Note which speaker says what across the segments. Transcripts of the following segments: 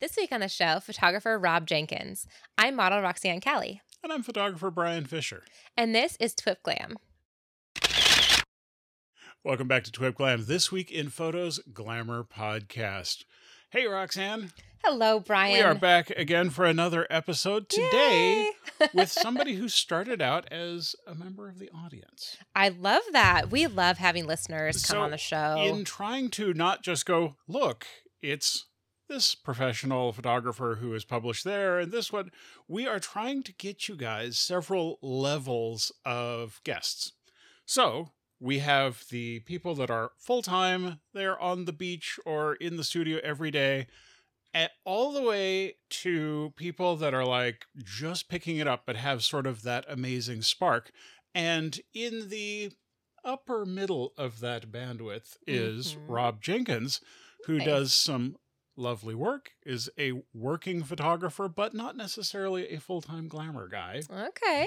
Speaker 1: This week on the show, photographer Rob Jenkins. I'm model Roxanne Kelly.
Speaker 2: And I'm photographer Brian Fisher.
Speaker 1: And this is Twip Glam.
Speaker 2: Welcome back to Twip Glam, This Week in Photos Glamour Podcast. Hey, Roxanne.
Speaker 1: Hello, Brian.
Speaker 2: We are back again for another episode today with somebody who started out as a member of the audience.
Speaker 1: I love that. We love having listeners come
Speaker 2: So,
Speaker 1: on the show.
Speaker 2: In trying to not just go, look, it's this professional photographer who is published there and this one, we are trying to get you guys several levels of guests. So we have the people that are full time, they're on the beach or in the studio every day. At all the way to people that are like just picking it up, but have sort of that amazing spark. And in the upper middle of that bandwidth is
Speaker 1: Mhm.
Speaker 2: Rob Jenkins, who
Speaker 1: Nice.
Speaker 2: does some lovely work, is a working photographer, but not necessarily a full time glamour guy.
Speaker 1: okay.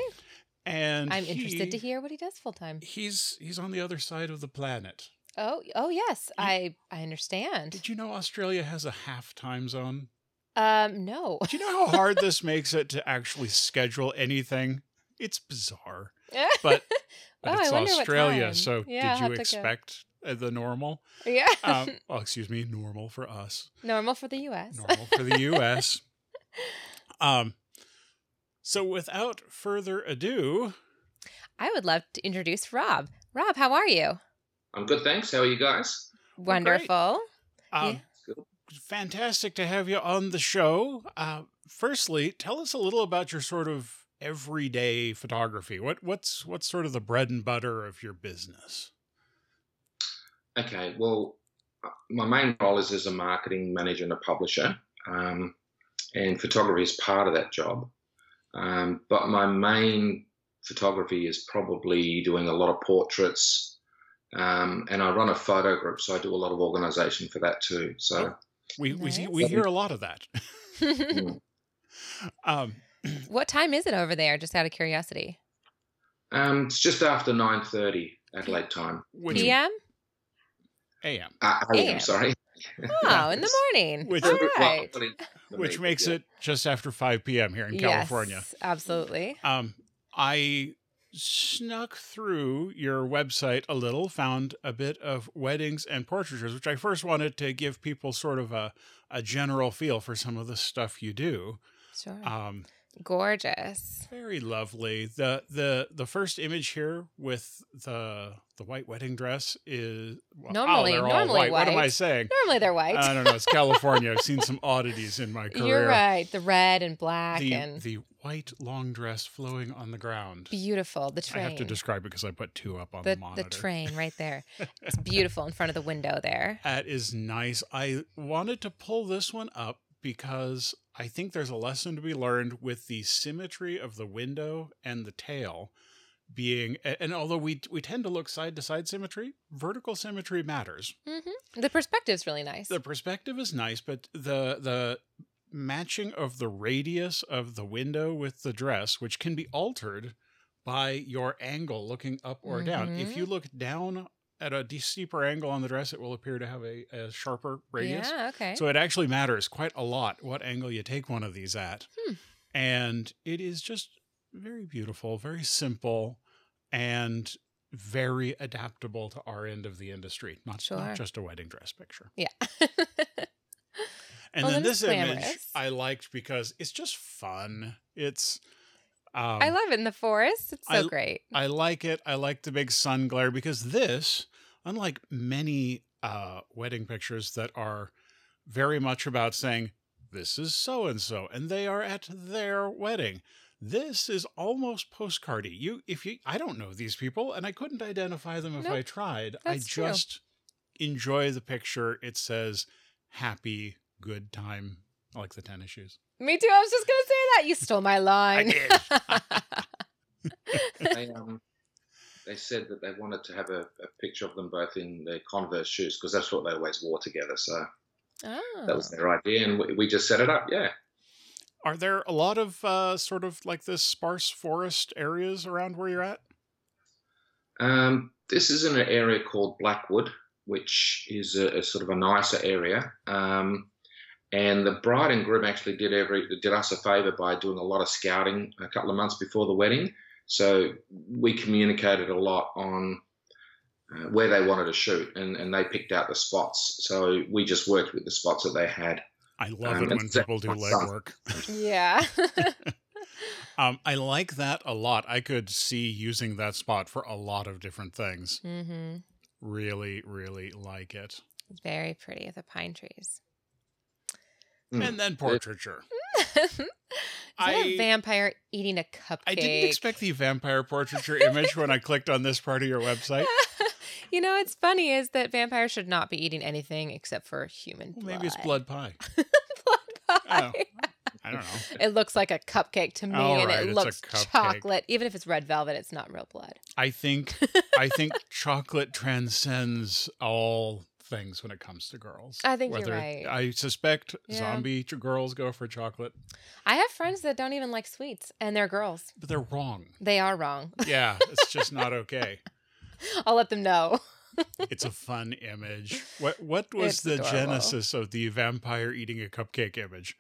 Speaker 2: And
Speaker 1: I'm
Speaker 2: he-
Speaker 1: interested to hear what he does full time.
Speaker 2: He's he's on the other side of the planet.
Speaker 1: Oh, oh yes. I I understand.
Speaker 2: Did you know Australia has a half time zone?
Speaker 1: Um, no.
Speaker 2: Do you know how hard this makes it to actually schedule anything? It's bizarre, but, but
Speaker 1: Oh, I
Speaker 2: it's
Speaker 1: wonder what
Speaker 2: Australia,
Speaker 1: time.
Speaker 2: so
Speaker 1: Yeah, I'll
Speaker 2: did
Speaker 1: have
Speaker 2: you
Speaker 1: to go.
Speaker 2: expect uh, the normal?
Speaker 1: yeah.
Speaker 2: Um, well, excuse me, normal for us.
Speaker 1: Normal for the U.S.
Speaker 2: normal for the US. Um so without further ado,
Speaker 1: I would love to introduce Rob. Rob, how are you?
Speaker 3: I'm good, thanks. How are you guys?
Speaker 2: Well, great.
Speaker 1: Wonderful.
Speaker 2: um,
Speaker 3: Good.
Speaker 2: fantastic to have you on the show. Uh firstly, tell us a little about your sort of everyday photography. What what's what's sort of the bread and butter of your business?
Speaker 3: Okay, well, my main role is as a marketing manager and a publisher, um, and photography is part of that job. Um, but my main photography is probably doing a lot of portraits, um, and I run a photo group, so I do a lot of organisation for that too. So,
Speaker 2: We we see,
Speaker 1: Nice.
Speaker 2: we hear a lot of that. Um
Speaker 1: what time is it over there? Just out of curiosity.
Speaker 3: um, it's just after nine thirty Adelaide time.
Speaker 2: which
Speaker 1: PM.
Speaker 2: AM,
Speaker 3: Uh,
Speaker 1: Yeah.
Speaker 3: I'm sorry.
Speaker 1: Oh, in the morning.
Speaker 2: Which-
Speaker 1: All
Speaker 3: Well,
Speaker 1: right.
Speaker 3: well, it's-
Speaker 2: which makes it just after 5 p.m. here in California.
Speaker 1: Yes, absolutely.
Speaker 2: Um, I snuck through your website a little, found a bit of weddings and portraitures, which I first wanted to give people sort of a, a general feel for some of the stuff you do.
Speaker 1: Sure.
Speaker 2: Um,
Speaker 1: Uh, Gorgeous.
Speaker 2: very lovely. The the the first image here with the the white wedding dress is well, oh,
Speaker 1: Normally-
Speaker 2: they're all
Speaker 1: normally
Speaker 2: What am I
Speaker 1: white.
Speaker 2: saying?
Speaker 1: Normally they're white.
Speaker 2: I don't know. It's California. I've seen some oddities in my Uh, career.
Speaker 1: You're right. The red and black
Speaker 2: The,
Speaker 1: and
Speaker 2: the white long dress flowing on the ground.
Speaker 1: beautiful. The train.
Speaker 2: I have to describe it because I put two up on the,
Speaker 1: the, the
Speaker 2: monitor.
Speaker 1: train right there. It's beautiful in front of the window there.
Speaker 2: That is nice. I wanted to pull this one up because I think there's a lesson to be learned with the symmetry of the window and the tail being a- and although we we tend to look side to side symmetry, vertical symmetry matters.
Speaker 1: hmm The perspective's really nice.
Speaker 2: The perspective is nice, but the the matching of the radius of the window with the dress, which can be altered by your angle looking up or down. If
Speaker 1: Mhm.
Speaker 2: you look down at a de- steeper angle on the dress, it will appear to have a, a sharper radius.
Speaker 1: Yeah. Okay.
Speaker 2: So it actually matters quite a lot what angle you take one of these at.
Speaker 1: Hmm.
Speaker 2: And it is just very beautiful, very simple, and very adaptable to our end of the industry. Not,
Speaker 1: Sure.
Speaker 2: not just a wedding dress picture.
Speaker 1: yeah.
Speaker 2: And
Speaker 1: Well,
Speaker 2: then
Speaker 1: that
Speaker 2: this
Speaker 1: is
Speaker 2: image
Speaker 1: glamorous.
Speaker 2: I liked because it's just fun. It's um,
Speaker 1: I love it in the forest. It's so
Speaker 2: I-
Speaker 1: great.
Speaker 2: I like it. I like the big sun glare because this, unlike many uh, wedding pictures that are very much about saying, this is so and so, and they are at their wedding. This is almost postcardy. You, if you, I don't know these people, and I couldn't identify them if
Speaker 1: Nope.
Speaker 2: I tried. I
Speaker 1: That's true.
Speaker 2: just enjoy the picture. It says "happy good time," I like the tennis shoes.
Speaker 1: Me too. I was just gonna say that. You stole my line.
Speaker 3: they, um, they said that they wanted to have a, a picture of them both in their Converse shoes because that's what they always wore together. So
Speaker 1: oh.
Speaker 3: that was their idea, and we, we just set it up. Yeah,
Speaker 2: Are there a lot of uh, sort of like this sparse forest areas around where you're at?
Speaker 3: um, this is in an area called Blackwood, which is a, a sort of a nicer area, um, And the bride and groom actually did every did us a favour by doing a lot of scouting a couple of months before the wedding. So we communicated a lot on uh, where they wanted to shoot, and, and they picked out the spots. So we just worked with the spots that they had.
Speaker 2: I love
Speaker 3: Um,
Speaker 2: it when
Speaker 3: it's a-
Speaker 2: people do
Speaker 3: it's a-
Speaker 2: legwork.
Speaker 1: Yeah.
Speaker 2: Um, I like that a lot. I could see using that spot for a lot of different things.
Speaker 1: mm-hmm.
Speaker 2: Really, really like it.
Speaker 1: Very pretty with the pine trees.
Speaker 3: Mm.
Speaker 2: And then portraiture.
Speaker 1: Is that a
Speaker 2: I-
Speaker 1: vampire eating a cupcake?
Speaker 2: I didn't expect the vampire portraiture image when I clicked on this part of your website.
Speaker 1: you know, what's funny is that vampires should not be eating anything except for human blood.
Speaker 2: Well, maybe it's blood Oh, pie.
Speaker 1: blood
Speaker 2: I
Speaker 1: pie.
Speaker 2: I don't know.
Speaker 1: It looks like a cupcake to me,
Speaker 2: All
Speaker 1: and
Speaker 2: right,
Speaker 1: it
Speaker 2: it's a
Speaker 1: looks
Speaker 2: cupcake.
Speaker 1: chocolate. Even if it's red velvet, it's not real blood.
Speaker 2: I think I think chocolate transcends all things when it comes to girls.
Speaker 1: I think you're right.
Speaker 2: I suspect
Speaker 1: Yeah.
Speaker 2: zombie ch- girls go for chocolate,
Speaker 1: I have friends that don't even like sweets, and they're girls.
Speaker 2: but they're wrong.
Speaker 1: They are wrong.
Speaker 2: Yeah, it's just not okay.
Speaker 1: I'll let them know.
Speaker 2: It's a fun image. What what was
Speaker 1: It's
Speaker 2: the
Speaker 1: adorable.
Speaker 2: genesis of the vampire eating a cupcake image?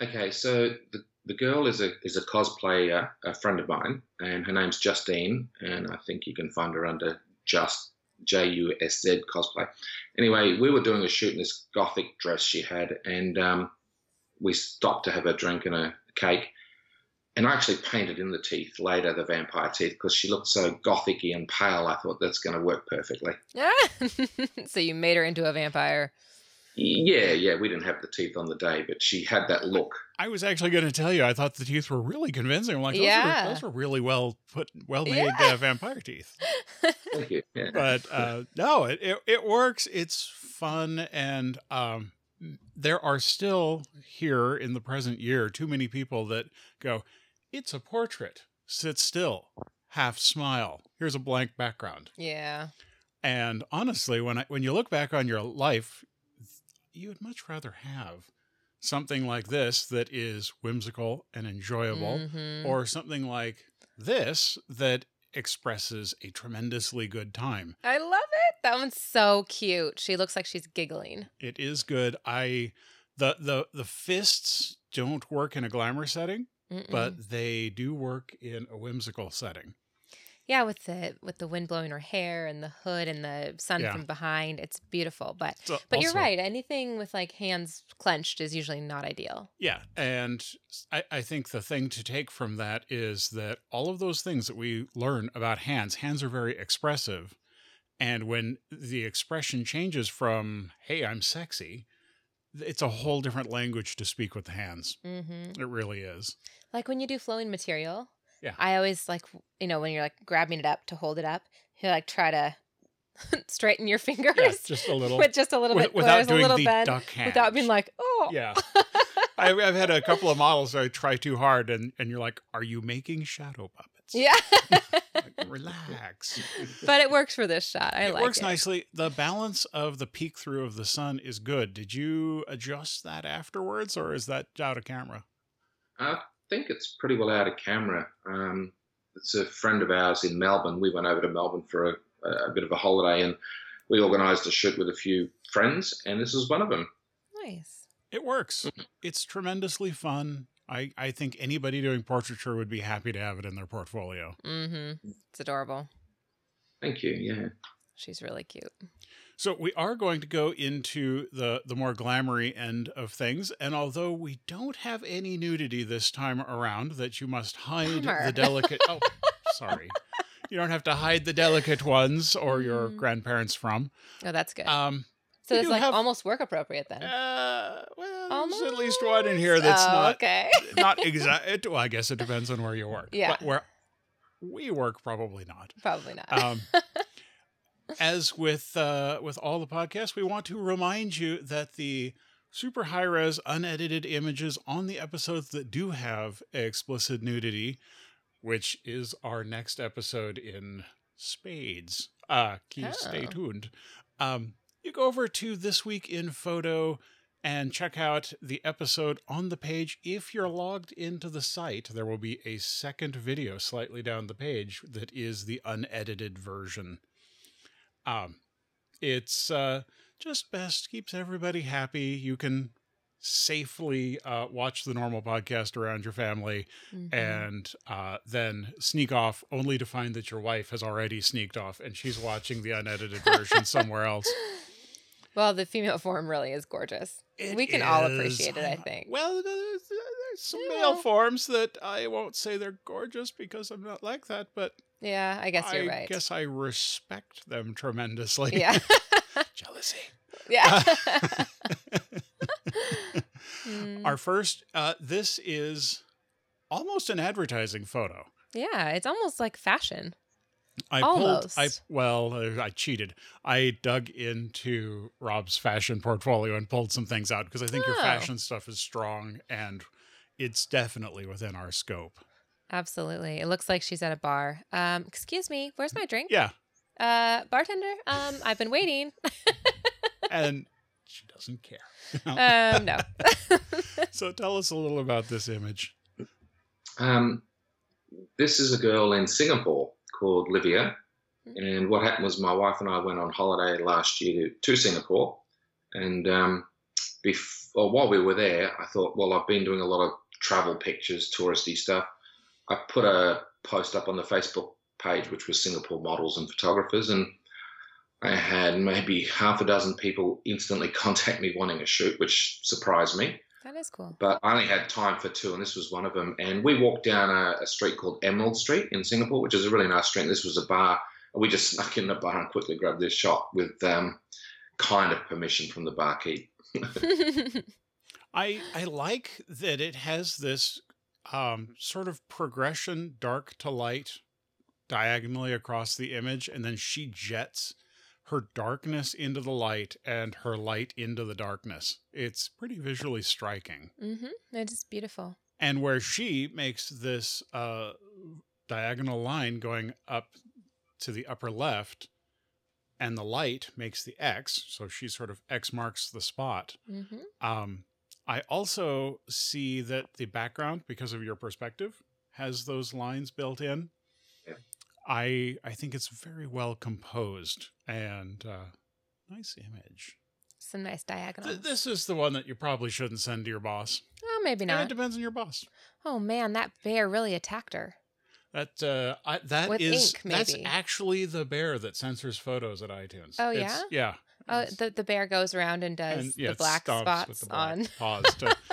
Speaker 3: Okay, so the, the girl is a is a cosplayer, a friend of mine, and her name's Justine, and I think you can find her under just J U S Z cosplay. Anyway, we were doing a shoot in this gothic dress she had, and um, we stopped to have a drink and a cake. And I actually painted in the teeth later the vampire teeth because she looked so gothicy and pale. I thought that's going to work perfectly.
Speaker 1: so you made her into a vampire.
Speaker 3: Yeah, yeah, we didn't have the teeth on the day, but she had that look.
Speaker 2: I was actually going to tell you. I thought the teeth were really convincing. I'm like, those,
Speaker 1: Yeah.
Speaker 2: were, those were really well put, well made
Speaker 1: Yeah.
Speaker 2: uh, vampire teeth.
Speaker 3: Thank you. Yeah.
Speaker 2: But uh, no, it, it it works. It's fun, and um, there are still here in the present year too many people that go, "It's a portrait. Sit still, half smile. Here's a blank background."
Speaker 1: Yeah.
Speaker 2: And honestly, when I, when you look back on your life, you would much rather have something like this that is whimsical and enjoyable,
Speaker 1: Mhm.
Speaker 2: or something like this that expresses a tremendously good time.
Speaker 1: I love it. That one's so cute. She looks like she's giggling.
Speaker 2: It is good. I the the the fists don't work in a glamour setting,
Speaker 1: Mm-mm.
Speaker 2: but they do work in a whimsical setting.
Speaker 1: yeah, with the with the wind blowing her hair and the hood and the sun
Speaker 2: Yeah.
Speaker 1: from behind, it's beautiful. But
Speaker 2: So
Speaker 1: but you're
Speaker 2: also-
Speaker 1: right. Anything with like hands clenched is usually not ideal.
Speaker 2: Yeah. And I, I think the thing to take from that is that all of those things that we learn about hands, hands are very expressive. And when the expression changes from, hey, I'm sexy, it's a whole different language to speak with the hands.
Speaker 1: hmm
Speaker 2: It really is.
Speaker 1: Like when you do flowing material,
Speaker 2: Yeah.
Speaker 1: I always like you know when you're like grabbing it up to hold it up, you like try to straighten your fingers
Speaker 2: Yeah, just a little.
Speaker 1: with just a little
Speaker 2: wi-
Speaker 1: bit,
Speaker 2: without
Speaker 1: there's a
Speaker 2: doing
Speaker 1: little
Speaker 2: the
Speaker 1: bend,
Speaker 2: duck hand.
Speaker 1: without being like, oh,
Speaker 2: yeah. I've, I've had a couple of models I try too hard, and, and you're like, are you making shadow puppets?
Speaker 1: yeah.
Speaker 2: Like, relax.
Speaker 1: but it works for this shot. I
Speaker 2: it
Speaker 1: like
Speaker 2: works
Speaker 1: it.
Speaker 2: nicely. The balance of the peek through of the sun is good. Did you adjust that afterwards, or is that out of camera?
Speaker 3: I think it's pretty well out of camera. Um, it's a friend of ours in Melbourne. We went over to Melbourne for a, a bit of a holiday and we organised a shoot with a few friends, and this is one of them.
Speaker 1: Nice.
Speaker 2: It works.
Speaker 1: Mm-hmm.
Speaker 2: It's tremendously fun. I, I think anybody doing portraiture would be happy to have it in their portfolio.
Speaker 1: Mm-hmm. It's adorable.
Speaker 3: Thank you. Yeah.
Speaker 1: She's really cute.
Speaker 2: So we are going to go into the the more glamoury end of things, and although we don't have any nudity this time around, that you must hide
Speaker 1: Bummer.
Speaker 2: the delicate. Oh, sorry, you don't have to hide the delicate ones or your
Speaker 1: Mm.
Speaker 2: grandparents from.
Speaker 1: Oh, that's good.
Speaker 2: Um,
Speaker 1: so
Speaker 2: we
Speaker 1: it's
Speaker 2: do
Speaker 1: like
Speaker 2: have-
Speaker 1: almost work appropriate then.
Speaker 2: uh, well, there's at least one in here that's
Speaker 1: Oh,
Speaker 2: not
Speaker 1: okay.
Speaker 2: not exact. Well, I guess it depends on where you work.
Speaker 1: Yeah.
Speaker 2: but where we work, probably not.
Speaker 1: Probably not.
Speaker 2: Um, as with uh, with all the podcasts, we want to remind you that the super high res unedited images on the episodes that do have explicit nudity, which is our next episode in spades. Uh, keep stay
Speaker 1: Oh.
Speaker 2: tuned. Um, you go over to this week in photo and check out the episode on the page. If you're logged into the site, there will be a second video slightly down the page that is the unedited version. Um, it's uh, just best keeps everybody happy. You can safely uh, watch the normal podcast around your family
Speaker 1: Mhm.
Speaker 2: and uh, then sneak off only to find that your wife has already sneaked off and she's watching the unedited version somewhere else.
Speaker 1: well, the female form really is gorgeous.
Speaker 2: It
Speaker 1: We can all
Speaker 2: is-
Speaker 1: appreciate it, I think.
Speaker 2: Well, there's, there's some
Speaker 1: Yeah.
Speaker 2: male forms that I won't say they're gorgeous because I'm not like that, but
Speaker 1: Yeah, I guess you're
Speaker 2: I
Speaker 1: right.
Speaker 2: guess I respect them tremendously.
Speaker 1: yeah.
Speaker 2: Jealousy.
Speaker 1: yeah. Mm.
Speaker 2: Our first, uh, this is almost an advertising photo.
Speaker 1: yeah, it's almost like fashion.
Speaker 2: I pulled. I
Speaker 1: Almost.
Speaker 2: well, uh, I cheated. I dug into Rob's fashion portfolio and pulled some things out because I think your
Speaker 1: Oh.
Speaker 2: fashion stuff is strong and it's definitely within our scope.
Speaker 1: Absolutely. It looks like she's at a bar. Um, excuse me, where's my drink?
Speaker 2: Yeah,
Speaker 1: Uh, bartender, um, I've been waiting.
Speaker 2: and she doesn't care.
Speaker 1: Um, no.
Speaker 2: So tell us a little about this image.
Speaker 3: Um, this is a girl in Singapore called Livia. And what happened was my wife and I went on holiday last year to, to Singapore. And um, bef- or while we were there, I thought, well, I've been doing a lot of travel pictures, touristy stuff. I put a post up on the Facebook page, which was Singapore models and photographers. And I had maybe half a dozen people instantly contact me wanting a shoot, which surprised me
Speaker 1: That is cool.
Speaker 3: but I only had time for two, and this was one of them. And we walked down a, a street called Emerald Street in Singapore, which is a really nice street. This was a bar. We just snuck in the bar and quickly grabbed this shot with um, kind of permission from the barkeep.
Speaker 2: I I like that it has this um, sort of progression, dark to light, diagonally across the image, and then she jets her darkness into the light and her light into the darkness. It's pretty visually striking.
Speaker 1: mm-hmm. It is beautiful.
Speaker 2: And where she makes this uh, diagonal line going up to the upper left, and the light makes the X, so she sort of X marks the spot.
Speaker 1: Mm-hmm.
Speaker 2: Um, I also see that the background, because of your perspective, has those lines built in.
Speaker 3: Yeah.
Speaker 2: I I think it's very well composed and uh, nice image.
Speaker 1: Some nice diagonal.
Speaker 2: Th- this is the one that you probably shouldn't send to your boss.
Speaker 1: oh, maybe
Speaker 2: And it
Speaker 1: not.
Speaker 2: depends on your boss.
Speaker 1: Oh man, that bear really attacked her.
Speaker 2: That uh, I, that
Speaker 1: With
Speaker 2: is-
Speaker 1: ink,
Speaker 2: that's
Speaker 1: maybe.
Speaker 2: actually the bear that censors photos at iTunes.
Speaker 1: Oh,
Speaker 2: It's- yeah.
Speaker 1: Oh,
Speaker 2: It's-
Speaker 1: the, the bear goes around and does
Speaker 2: and, yeah,
Speaker 1: the
Speaker 2: it
Speaker 1: black
Speaker 2: stomps
Speaker 1: spots
Speaker 2: with the black
Speaker 1: on.
Speaker 2: paws to-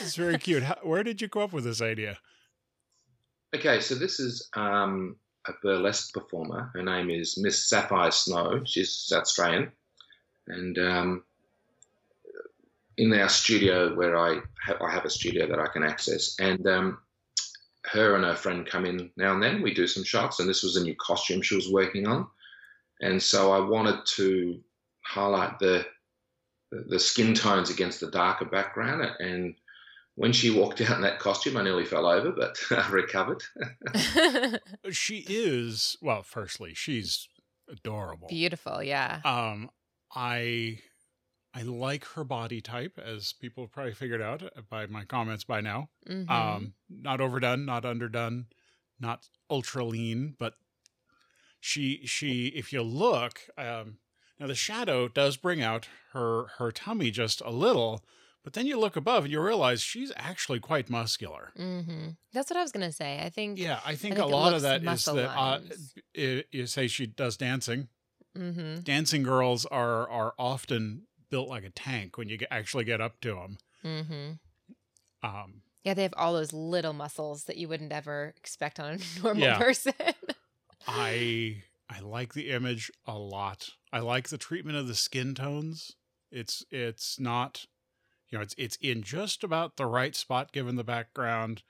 Speaker 2: it's very cute. How, where did you come up with this idea?
Speaker 3: Okay, so this is um, a burlesque performer. Her name is Miss Sapphire Snow. She's Australian. And um, in our studio, where I, ha- I have a studio that I can access, and um, her and her friend come in now and then. We do some shots, and this was a new costume she was working on. And so I wanted to highlight the the skin tones against the darker background. And when she walked out in that costume, I nearly fell over, but I recovered.
Speaker 2: She is well. Firstly, she's adorable.
Speaker 1: Beautiful, yeah.
Speaker 2: Um, I I like her body type, as people have probably figured out by my comments by now.
Speaker 1: Mhm.
Speaker 2: Um, not overdone, not underdone, not ultra lean, but she she if you look, um, now the shadow does bring out her her tummy just a little, but then you look above and you realize she's actually quite muscular.
Speaker 1: Mhm. That's what I was gonna say. Mm-hmm. I think.
Speaker 2: Yeah, I think,
Speaker 1: think
Speaker 2: a
Speaker 1: it
Speaker 2: lot
Speaker 1: looks
Speaker 2: of that is
Speaker 1: muscle
Speaker 2: that uh,
Speaker 1: lines.
Speaker 2: i you say she does dancing.
Speaker 1: hmm
Speaker 2: Dancing girls are are often built like a tank when you get, actually get up to them.
Speaker 1: hmm
Speaker 2: Um,
Speaker 1: Yeah, they have all those little muscles that you wouldn't ever expect on a normal
Speaker 2: Yeah.
Speaker 1: person.
Speaker 2: I I like the image a lot. I like the treatment of the skin tones. It's it's not you know, it's it's in just about the right spot given the background.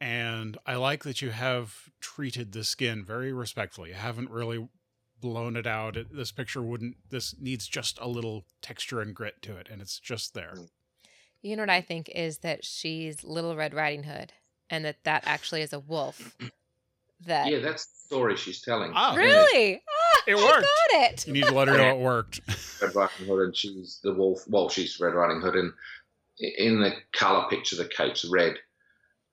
Speaker 2: And I like that you have treated the skin very respectfully. You haven't really blown it out. It, this picture wouldn't this needs just a little texture and grit to it and it's just there.
Speaker 1: you know what I think is that she's Little Red Riding Hood, and that that actually is a wolf. That
Speaker 3: Yeah, that's the story she's telling.
Speaker 1: Oh.
Speaker 2: Ah,
Speaker 1: really. Ah,
Speaker 2: It
Speaker 1: I
Speaker 2: worked.
Speaker 1: got it.
Speaker 2: You need to let her know it worked.
Speaker 3: Red Riding Hood, and she's the wolf. Well, she's Red Riding Hood, and in the color picture, the cape's red.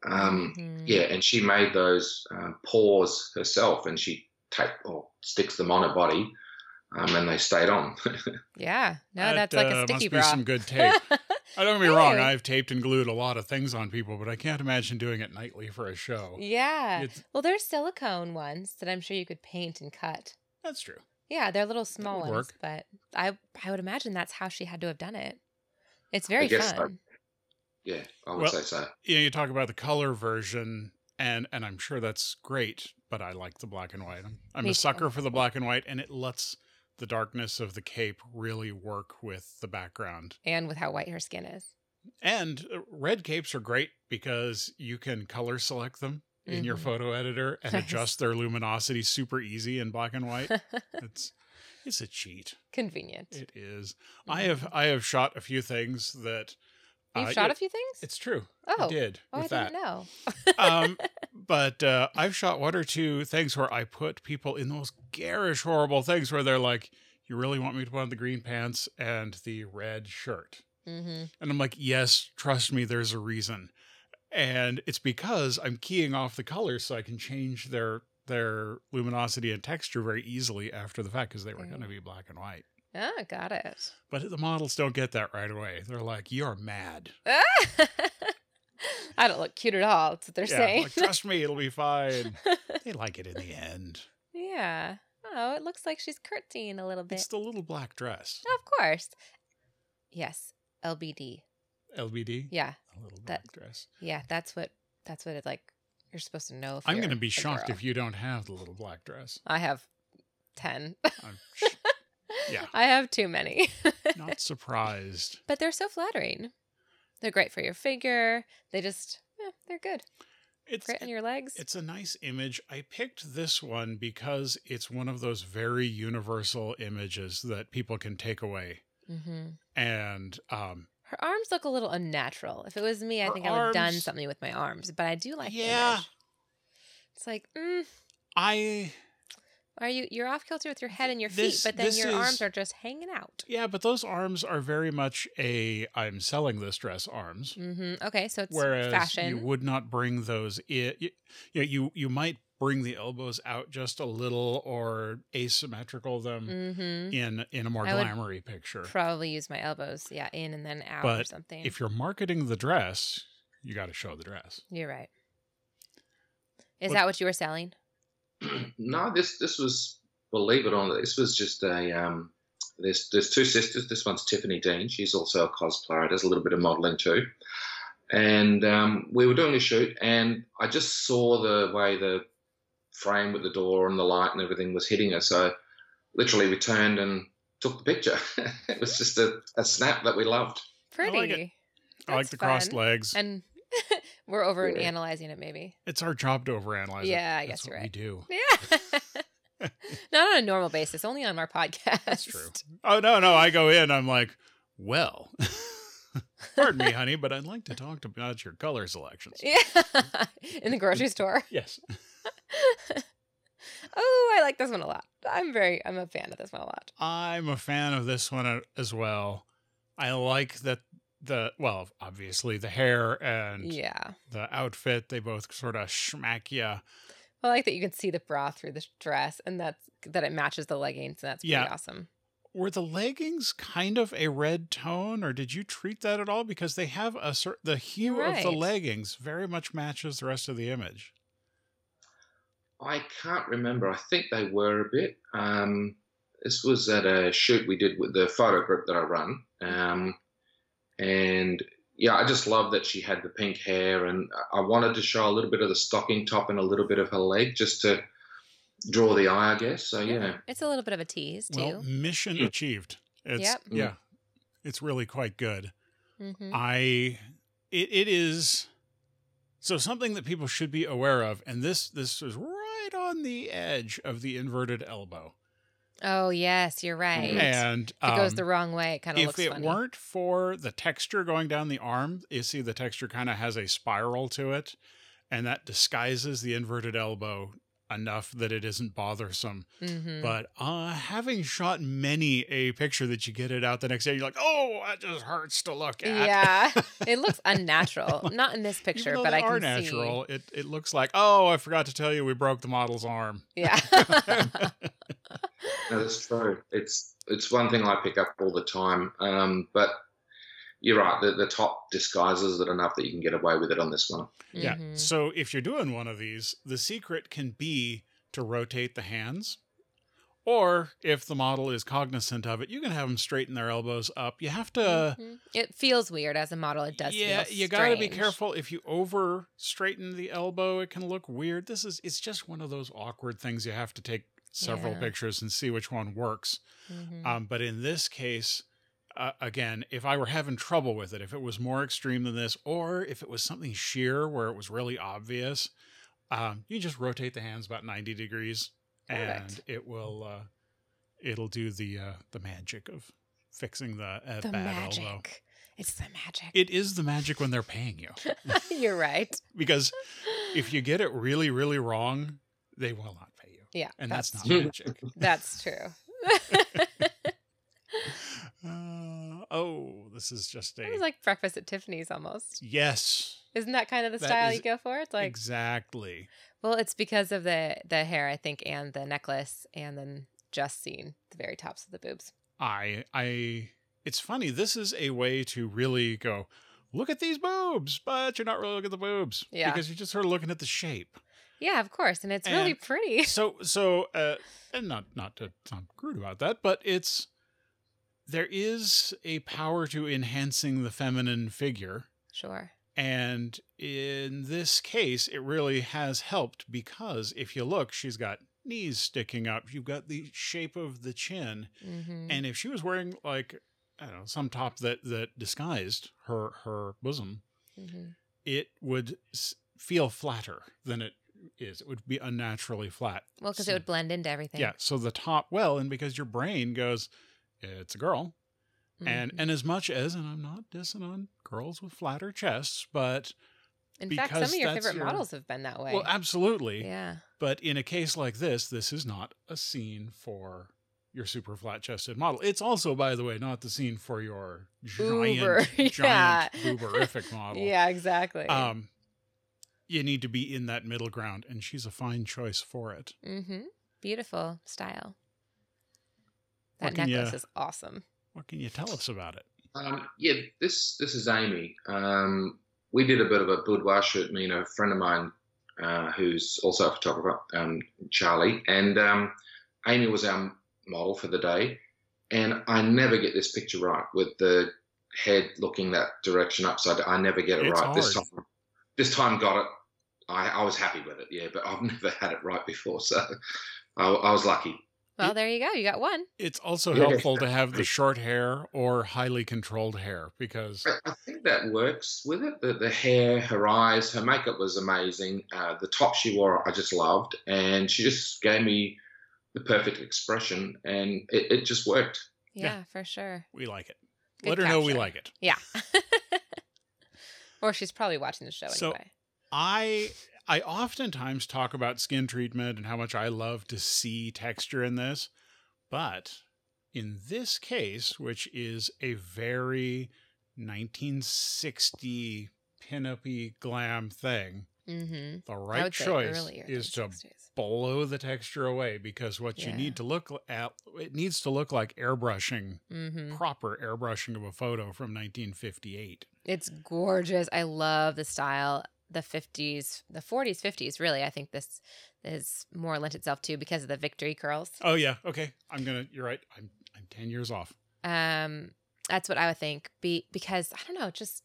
Speaker 3: Um,
Speaker 1: Mhm.
Speaker 3: Yeah, and she made those um, paws herself, and she tape or sticks them on her body, um, and they stayed on.
Speaker 1: Yeah. No, that's like
Speaker 2: uh,
Speaker 1: a sticky
Speaker 2: must be
Speaker 1: bra.
Speaker 2: some good tape. I don't get me
Speaker 1: Hey.
Speaker 2: wrong. I've taped and glued a lot of things on people, but I can't imagine doing it nightly for a show.
Speaker 1: yeah.
Speaker 2: It's-
Speaker 1: Well, there's silicone ones that I'm sure you could paint and cut.
Speaker 2: that's true.
Speaker 1: Yeah, they're little small
Speaker 2: would
Speaker 1: ones,
Speaker 2: work.
Speaker 1: but I I would imagine that's how she had to have done it. It's very
Speaker 3: guess so.
Speaker 1: fun.
Speaker 3: Yeah, I would
Speaker 2: Well-
Speaker 3: say so.
Speaker 2: You know, you talk about the color version, and and I'm sure that's great, but I like the black and white. I'm, I'm
Speaker 1: Me
Speaker 2: a
Speaker 1: too.
Speaker 2: sucker for the black and white, and it lets the darkness of the cape really work with the background.
Speaker 1: And with how white her skin is.
Speaker 2: And uh, red capes are great because you can color select them in your
Speaker 1: Mhm.
Speaker 2: photo editor and
Speaker 1: Nice.
Speaker 2: adjust their luminosity super easy in black and white. it's it's a cheat.
Speaker 1: Convenient.
Speaker 2: It is. I
Speaker 3: Mm-hmm.
Speaker 2: have I have shot a few things that
Speaker 1: Mm-hmm. You've
Speaker 2: uh,
Speaker 1: shot
Speaker 2: yeah,
Speaker 1: a few things?
Speaker 2: It's true. I
Speaker 1: oh.
Speaker 2: did
Speaker 1: Oh, I
Speaker 2: with
Speaker 1: didn't
Speaker 2: that.
Speaker 1: know.
Speaker 2: um, but uh, I've shot one or two things where I put people in those garish, horrible things where they're like, "You really want me to put on the green pants and the red shirt?"
Speaker 1: Mm-hmm.
Speaker 2: And I'm like, "Yes, trust me. There's a reason, and it's because I'm keying off the colors so I can change their." Their luminosity and texture very easily after the fact because they were
Speaker 1: Mm.
Speaker 2: going to be black and white.
Speaker 1: Ah, got it.
Speaker 2: But the models don't get that right away. They're like, "You're mad."
Speaker 1: Ah! I don't look cute at all. That's what they're
Speaker 2: Yeah,
Speaker 1: saying.
Speaker 2: like, Trust me, it'll be fine. they like it in the end.
Speaker 1: yeah. Oh, it looks like she's curtsying a little bit.
Speaker 2: It's the little black dress.
Speaker 1: of course. Yes. LBD.
Speaker 2: LBD.
Speaker 1: Yeah.
Speaker 2: A little black
Speaker 1: that-
Speaker 2: dress.
Speaker 1: Yeah. That's what. That's what it like. You're supposed to know. If
Speaker 2: I'm
Speaker 1: you're
Speaker 2: going to be
Speaker 1: a
Speaker 2: shocked
Speaker 1: girl.
Speaker 2: if you don't have the little black dress.
Speaker 1: I have ten.
Speaker 2: I'm sh- Yeah.
Speaker 1: I have too many.
Speaker 2: not surprised.
Speaker 1: but they're so flattering. They're great for your figure. They just, yeah, they're good.
Speaker 2: It's
Speaker 1: Great on your legs.
Speaker 2: it's a nice image. I picked this one because it's one of those very universal images that people can take away.
Speaker 1: mm-hmm.
Speaker 2: And um,
Speaker 1: Her arms look a little unnatural. If it was me, I
Speaker 2: Her
Speaker 1: think I would have done
Speaker 2: arms-
Speaker 1: something with my arms. But I do like. the
Speaker 2: Yeah.
Speaker 1: image. It's like, mm,
Speaker 2: I
Speaker 1: are you? You're off kilter with your head and your
Speaker 2: This-
Speaker 1: feet, but then
Speaker 2: this
Speaker 1: your
Speaker 2: is-
Speaker 1: arms are just hanging out.
Speaker 2: yeah, but those arms are very much a I'm selling this dress arms.
Speaker 1: Mm-hmm. Okay, so it's
Speaker 2: whereas
Speaker 1: fashion.
Speaker 2: you would not bring those in you, you, know, you you might bring the elbows out just a little or asymmetrical them
Speaker 1: mm-hmm.
Speaker 2: in in a more
Speaker 1: I would
Speaker 2: glamoury picture
Speaker 1: Probably use my elbows, yeah, in and then out or
Speaker 2: But
Speaker 1: something.
Speaker 2: if you're marketing the dress you got to show the dress
Speaker 1: You're right. Is
Speaker 2: What-
Speaker 1: that what you were selling?
Speaker 3: no, this this was believe it or not, this was just a um. There's there's two sisters. This one's Tiffany Dean. She's also a cosplayer. Does a little bit of modelling too. And um, we were doing a shoot, and I just saw the way the frame with the door and the light and everything was hitting her. So literally, we turned and took the picture. it was just a, a snap that we loved.
Speaker 2: like
Speaker 1: Pretty.
Speaker 2: it. i like
Speaker 1: That's
Speaker 2: the crossed
Speaker 1: fun.
Speaker 2: legs
Speaker 1: And we're over
Speaker 3: Yeah.
Speaker 1: analyzing it, maybe.
Speaker 2: it's our job to overanalyze it
Speaker 1: Yeah, I
Speaker 2: That's
Speaker 1: guess you're
Speaker 2: what
Speaker 1: right.
Speaker 2: we do
Speaker 1: Yeah. Not on a normal basis, only on our podcast.
Speaker 2: that's true oh no no i go in i'm like well pardon me honey but i'd like to talk to- about your color selections
Speaker 1: Yeah. In the grocery store.
Speaker 2: yes
Speaker 1: Oh, I like this one a lot. I'm very, I'm a fan of this one a lot.
Speaker 2: I'm a fan of this one uh, as well. I like that the well, obviously the hair and
Speaker 1: Yeah.
Speaker 2: the outfit. They both sort of schmack you.
Speaker 1: I like that you can see the bra through the dress and that's, that it matches the leggings. And that's pretty
Speaker 2: Yeah.
Speaker 1: awesome.
Speaker 2: Were the leggings kind of a red tone, or did you treat that at all? Because they have a cer the hue of the
Speaker 1: Right.
Speaker 2: leggings very much matches the rest of the image.
Speaker 3: I can't remember. I think they were a bit. Um, this was at a shoot we did with the photo group that I run, um, and yeah, I just love that she had the pink hair, and I I wanted to show a little bit of the stocking top and a little bit of her leg just to draw the eye, I guess. So Oh, yeah,
Speaker 1: It's a little bit of a tease, too.
Speaker 2: Well, mission
Speaker 3: Mm.
Speaker 2: achieved. It's
Speaker 1: Yep.
Speaker 2: yeah, it's really quite good.
Speaker 1: mm-hmm.
Speaker 2: I it, it is so something that people should be aware of, and this this is right on the edge of the inverted elbow.
Speaker 1: Oh yes, you're right.
Speaker 2: And
Speaker 1: If it goes
Speaker 2: um,
Speaker 1: the wrong way, it kind of
Speaker 2: if
Speaker 1: looks
Speaker 2: it
Speaker 1: funny.
Speaker 2: weren't for the texture going down the arm, you see the texture kind of has a spiral to it, and that disguises the inverted elbow enough that it isn't bothersome.
Speaker 1: Mhm.
Speaker 2: But uh, having shot many a picture that you get it out the next day, you're like, oh, that just hurts to look at.
Speaker 1: yeah, it looks unnatural. Not in this
Speaker 2: Even
Speaker 1: picture,
Speaker 2: though
Speaker 1: but
Speaker 2: they
Speaker 1: I can
Speaker 2: are natural. It it looks like oh, I forgot to tell you, we broke the model's arm.
Speaker 1: see. Yeah.
Speaker 3: No, that's true. It's it's one thing I pick up all the time. Um, but you're right. The, the top disguises it enough that you can get away with it on this one.
Speaker 2: Yeah.
Speaker 1: Mm-hmm.
Speaker 2: So if you're doing one of these, the secret can be to rotate the hands. Or if the model is cognizant of it, you can have them straighten their elbows up. You have to.
Speaker 1: Mhm. It feels weird as a model. It does.
Speaker 2: uh, yeah,
Speaker 1: feel
Speaker 2: you got to be
Speaker 1: strange.
Speaker 2: careful. If you over straighten the elbow, it can look weird. This is it's just one of those awkward things you have to take several
Speaker 1: Yeah.
Speaker 2: pictures and see which one works.
Speaker 1: Mhm.
Speaker 2: Um, but in this case, uh, again, if I were having trouble with it, if it was more extreme than this, or if it was something sheer where it was really obvious, um, you just rotate the hands about ninety degrees, and
Speaker 1: Perfect.
Speaker 2: it will uh, it'll do the uh, the magic of fixing the, uh,
Speaker 1: the
Speaker 2: bad
Speaker 1: magic.
Speaker 2: elbow.
Speaker 1: It's the magic.
Speaker 2: It is the magic when they're paying you,
Speaker 1: You're right.
Speaker 2: because if you get it really, really wrong, they will not pay you,
Speaker 1: yeah,
Speaker 2: and that's, not
Speaker 3: true.
Speaker 2: magic.
Speaker 1: that's true.
Speaker 2: Uh, oh, this is just
Speaker 1: it
Speaker 2: a
Speaker 1: was like breakfast at Tiffany's almost.
Speaker 2: yes.
Speaker 1: Isn't that kind of the
Speaker 2: That
Speaker 1: style
Speaker 2: is
Speaker 1: you go for? It's like
Speaker 2: exactly.
Speaker 1: well, it's because of the the hair, I think, and the necklace, and then just seeing the very tops of the boobs.
Speaker 2: I I it's funny. This is a way to really go look at these boobs, but you're not really looking at the boobs
Speaker 1: Yeah.
Speaker 2: because you're just sort of looking at the shape.
Speaker 1: Yeah, of course, and it's really
Speaker 2: And-
Speaker 1: pretty.
Speaker 2: so so uh and not not to sound crude about that, but it's there is a power to enhancing the feminine figure.
Speaker 1: Sure.
Speaker 2: And in this case, it really has helped because if you look, she's got knees sticking up. You've got the shape of the chin.
Speaker 1: Mm-hmm.
Speaker 2: And if she was wearing like I don't know some top that that disguised her her bosom,
Speaker 1: hmm
Speaker 2: it would s- feel flatter than it is. It would be unnaturally flat.
Speaker 1: Well, because
Speaker 2: So-
Speaker 1: it would blend into everything.
Speaker 2: Yeah. So the top well, and because your brain goes, it's a girl, and
Speaker 1: Mhm.
Speaker 2: and as much as, and I'm not dissing on girls with flatter chests, but
Speaker 1: in fact, some
Speaker 2: because
Speaker 1: of your
Speaker 2: that's
Speaker 1: favorite
Speaker 2: your-
Speaker 1: models have been that way.
Speaker 2: well, absolutely.
Speaker 1: yeah.
Speaker 2: But in a case like this, this is not a scene for your super flat chested model. It's also, by the way, not the scene for your giant,
Speaker 1: Uber, yeah.
Speaker 2: giant, booberific model.
Speaker 1: Yeah, exactly.
Speaker 2: Um, you need to be in that middle ground, and she's a fine choice for it.
Speaker 1: mm-hmm. Beautiful style.
Speaker 2: What
Speaker 1: That
Speaker 2: can ya-
Speaker 1: necklace is awesome.
Speaker 2: What can you tell us about it?
Speaker 3: Um, yeah, this this is Amy. Um, we did a bit of a boudoir shoot. Me and a friend of mine, uh, who's also a photographer, um, Charlie, and um, Amy was our model for the day. And I never get this picture right with the head looking that direction upside. down. I never get it
Speaker 2: It's
Speaker 3: right this
Speaker 2: hard.
Speaker 3: time. This time, got it. I, I was happy with it, yeah, but I've never had it right before, so I, I was lucky.
Speaker 1: Well, there you go. You got one.
Speaker 2: It's also
Speaker 3: Yeah.
Speaker 2: helpful to have the short hair or highly controlled hair because
Speaker 3: I, I think that works with it. The, the hair, her eyes, her makeup was amazing. Uh, the top she wore, I just loved, and she just gave me the perfect expression, and it, it just worked.
Speaker 1: Yeah,
Speaker 2: Yeah.
Speaker 1: for sure.
Speaker 2: we like it.
Speaker 1: Good
Speaker 2: Let her know we
Speaker 1: capture.
Speaker 2: like it.
Speaker 1: Yeah. or she's probably watching the show
Speaker 2: So-
Speaker 1: anyway.
Speaker 2: I I oftentimes talk about skin treatment and how much I love to see texture in this, but in this case, which is a very 1960 pinup-y glam thing,
Speaker 1: Mm-hmm.
Speaker 2: the right choice is to blow the texture away because what you
Speaker 1: Yeah.
Speaker 2: need to look l- at it needs to look like airbrushing,
Speaker 1: Mm-hmm.
Speaker 2: proper airbrushing of a photo from 1958.
Speaker 1: It's gorgeous. I love the style. The 50s, the 40s, 50s, really, I think this is more lent itself to because of the victory curls.
Speaker 2: Oh yeah, okay. I'm going to you're right. I'm I'm 10 years off.
Speaker 1: Um, that's what I would think. Be because I don't know, just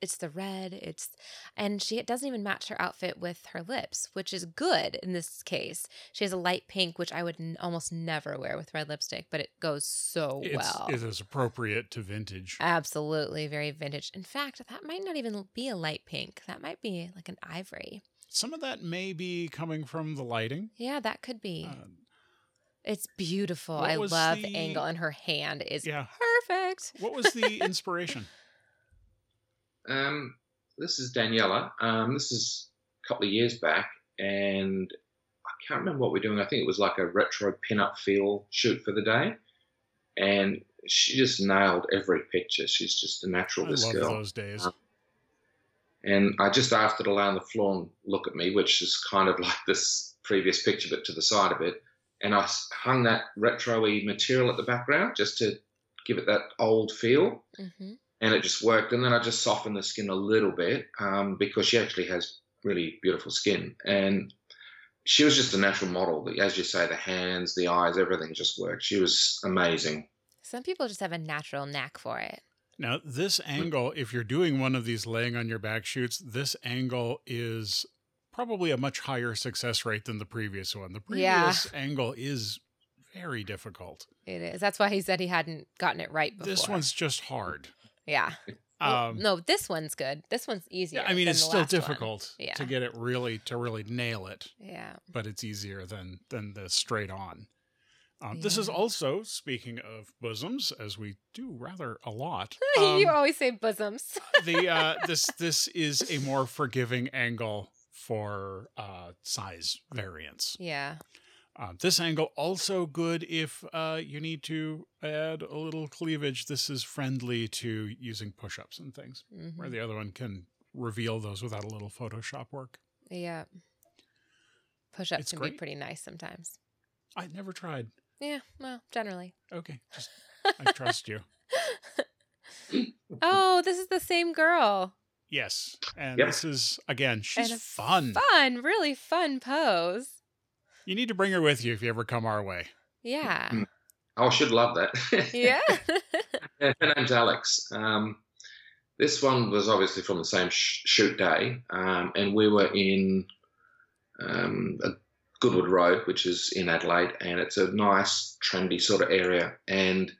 Speaker 1: it's the red. It's and she it doesn't even match her outfit with her lips, which is good in this case. She has a light pink, which I would n- almost never wear with red lipstick, but it goes so
Speaker 2: it's,
Speaker 1: well.
Speaker 2: it is appropriate to vintage.
Speaker 1: Absolutely, very vintage. In fact, that might not even be a light pink. That might be like an ivory.
Speaker 2: Some of that may be coming from the lighting.
Speaker 1: Yeah, that could be.
Speaker 2: Uh,
Speaker 1: it's beautiful.
Speaker 2: what
Speaker 1: I
Speaker 2: was
Speaker 1: love the
Speaker 2: the-
Speaker 1: angle, and her hand is
Speaker 2: yeah.
Speaker 1: perfect.
Speaker 2: What was the inspiration?
Speaker 3: Um, this is Daniela. Um, this is a couple of years back, and I can't remember what we're doing. I think it was like a retro pin-up feel shoot for the day, and she just nailed every picture. She's just a natural.
Speaker 2: I
Speaker 3: this
Speaker 2: love
Speaker 3: girl.
Speaker 2: those days.
Speaker 1: Uh-huh.
Speaker 3: And I just asked her to lay on the floor and look at me, which is kind of like this previous picture, but to the side of it. and I hung that retroy material at the background just to give it that old feel,
Speaker 1: Mm-hmm.
Speaker 3: and it just worked. And then I just softened the skin a little bit um, because she actually has really beautiful skin, and she was just a natural model. As you say, the hands, the eyes, everything just worked. She was amazing.
Speaker 1: Some people just have a natural knack for it.
Speaker 2: Now, this angle, if you're doing one of these laying on your back shoots, this angle is probably a much higher success rate than the previous one. The
Speaker 1: Yeah.
Speaker 2: previous angle is very difficult.
Speaker 1: It is. That's why he said he hadn't gotten it right before.
Speaker 2: This one's just hard.
Speaker 1: yeah. Well,
Speaker 2: Um,
Speaker 1: no, this one's good. This one's easier.
Speaker 2: yeah, I mean,
Speaker 1: than
Speaker 2: it's
Speaker 1: the
Speaker 2: still
Speaker 1: last one.
Speaker 2: difficult
Speaker 1: Yeah.
Speaker 2: to get it really to really nail it,
Speaker 1: Yeah.
Speaker 2: but it's easier than than the straight on. Um, This is
Speaker 1: Yeah.
Speaker 2: also speaking of bosoms, as we do rather a lot.
Speaker 1: you
Speaker 2: um,
Speaker 1: always say bosoms.
Speaker 2: the uh, this this is a more forgiving angle for uh, size variance.
Speaker 1: yeah.
Speaker 2: Uh, this angle also good if uh, you need to add a little cleavage. This is friendly to using push-ups and things,
Speaker 1: Mhm.
Speaker 2: where the other one can reveal those without a little Photoshop work.
Speaker 1: Yeah. Push ups
Speaker 2: It's
Speaker 1: can be
Speaker 2: great.
Speaker 1: pretty nice sometimes.
Speaker 2: I never tried.
Speaker 1: Yeah, well, generally.
Speaker 2: Okay, just, I trust you.
Speaker 1: Oh, this is the same girl.
Speaker 2: Yes, and
Speaker 3: Yep.
Speaker 2: this is again. She's
Speaker 1: And a
Speaker 2: fun.
Speaker 1: Fun, really fun pose.
Speaker 2: You need to bring her with you if you ever come our way.
Speaker 1: Yeah.
Speaker 3: Oh, I should love that.
Speaker 1: Yeah.
Speaker 3: Yeah, her name's Alex. Um, this one was obviously from the same sh- shoot day, um, and we were in um, a Goodwood Road, which is in Adelaide, and it's a nice, trendy sort of area. And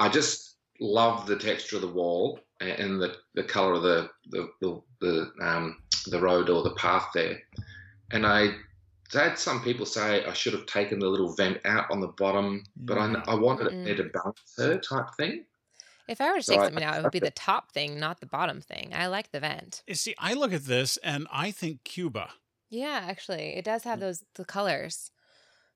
Speaker 3: I just love the texture of the wall a- and the, the color of the the the the, um, the road or the path there. And I had some people say I should have taken the little vent out on the bottom, but I, I wanted it there to balance her type thing.
Speaker 1: if I were to
Speaker 3: So
Speaker 1: take
Speaker 3: I-
Speaker 1: something out, it would be the top thing, not the bottom thing. I like the vent.
Speaker 2: You See, I look at this and I think Cuba.
Speaker 1: Yeah, actually, it does
Speaker 2: Mm.
Speaker 1: have those the colors,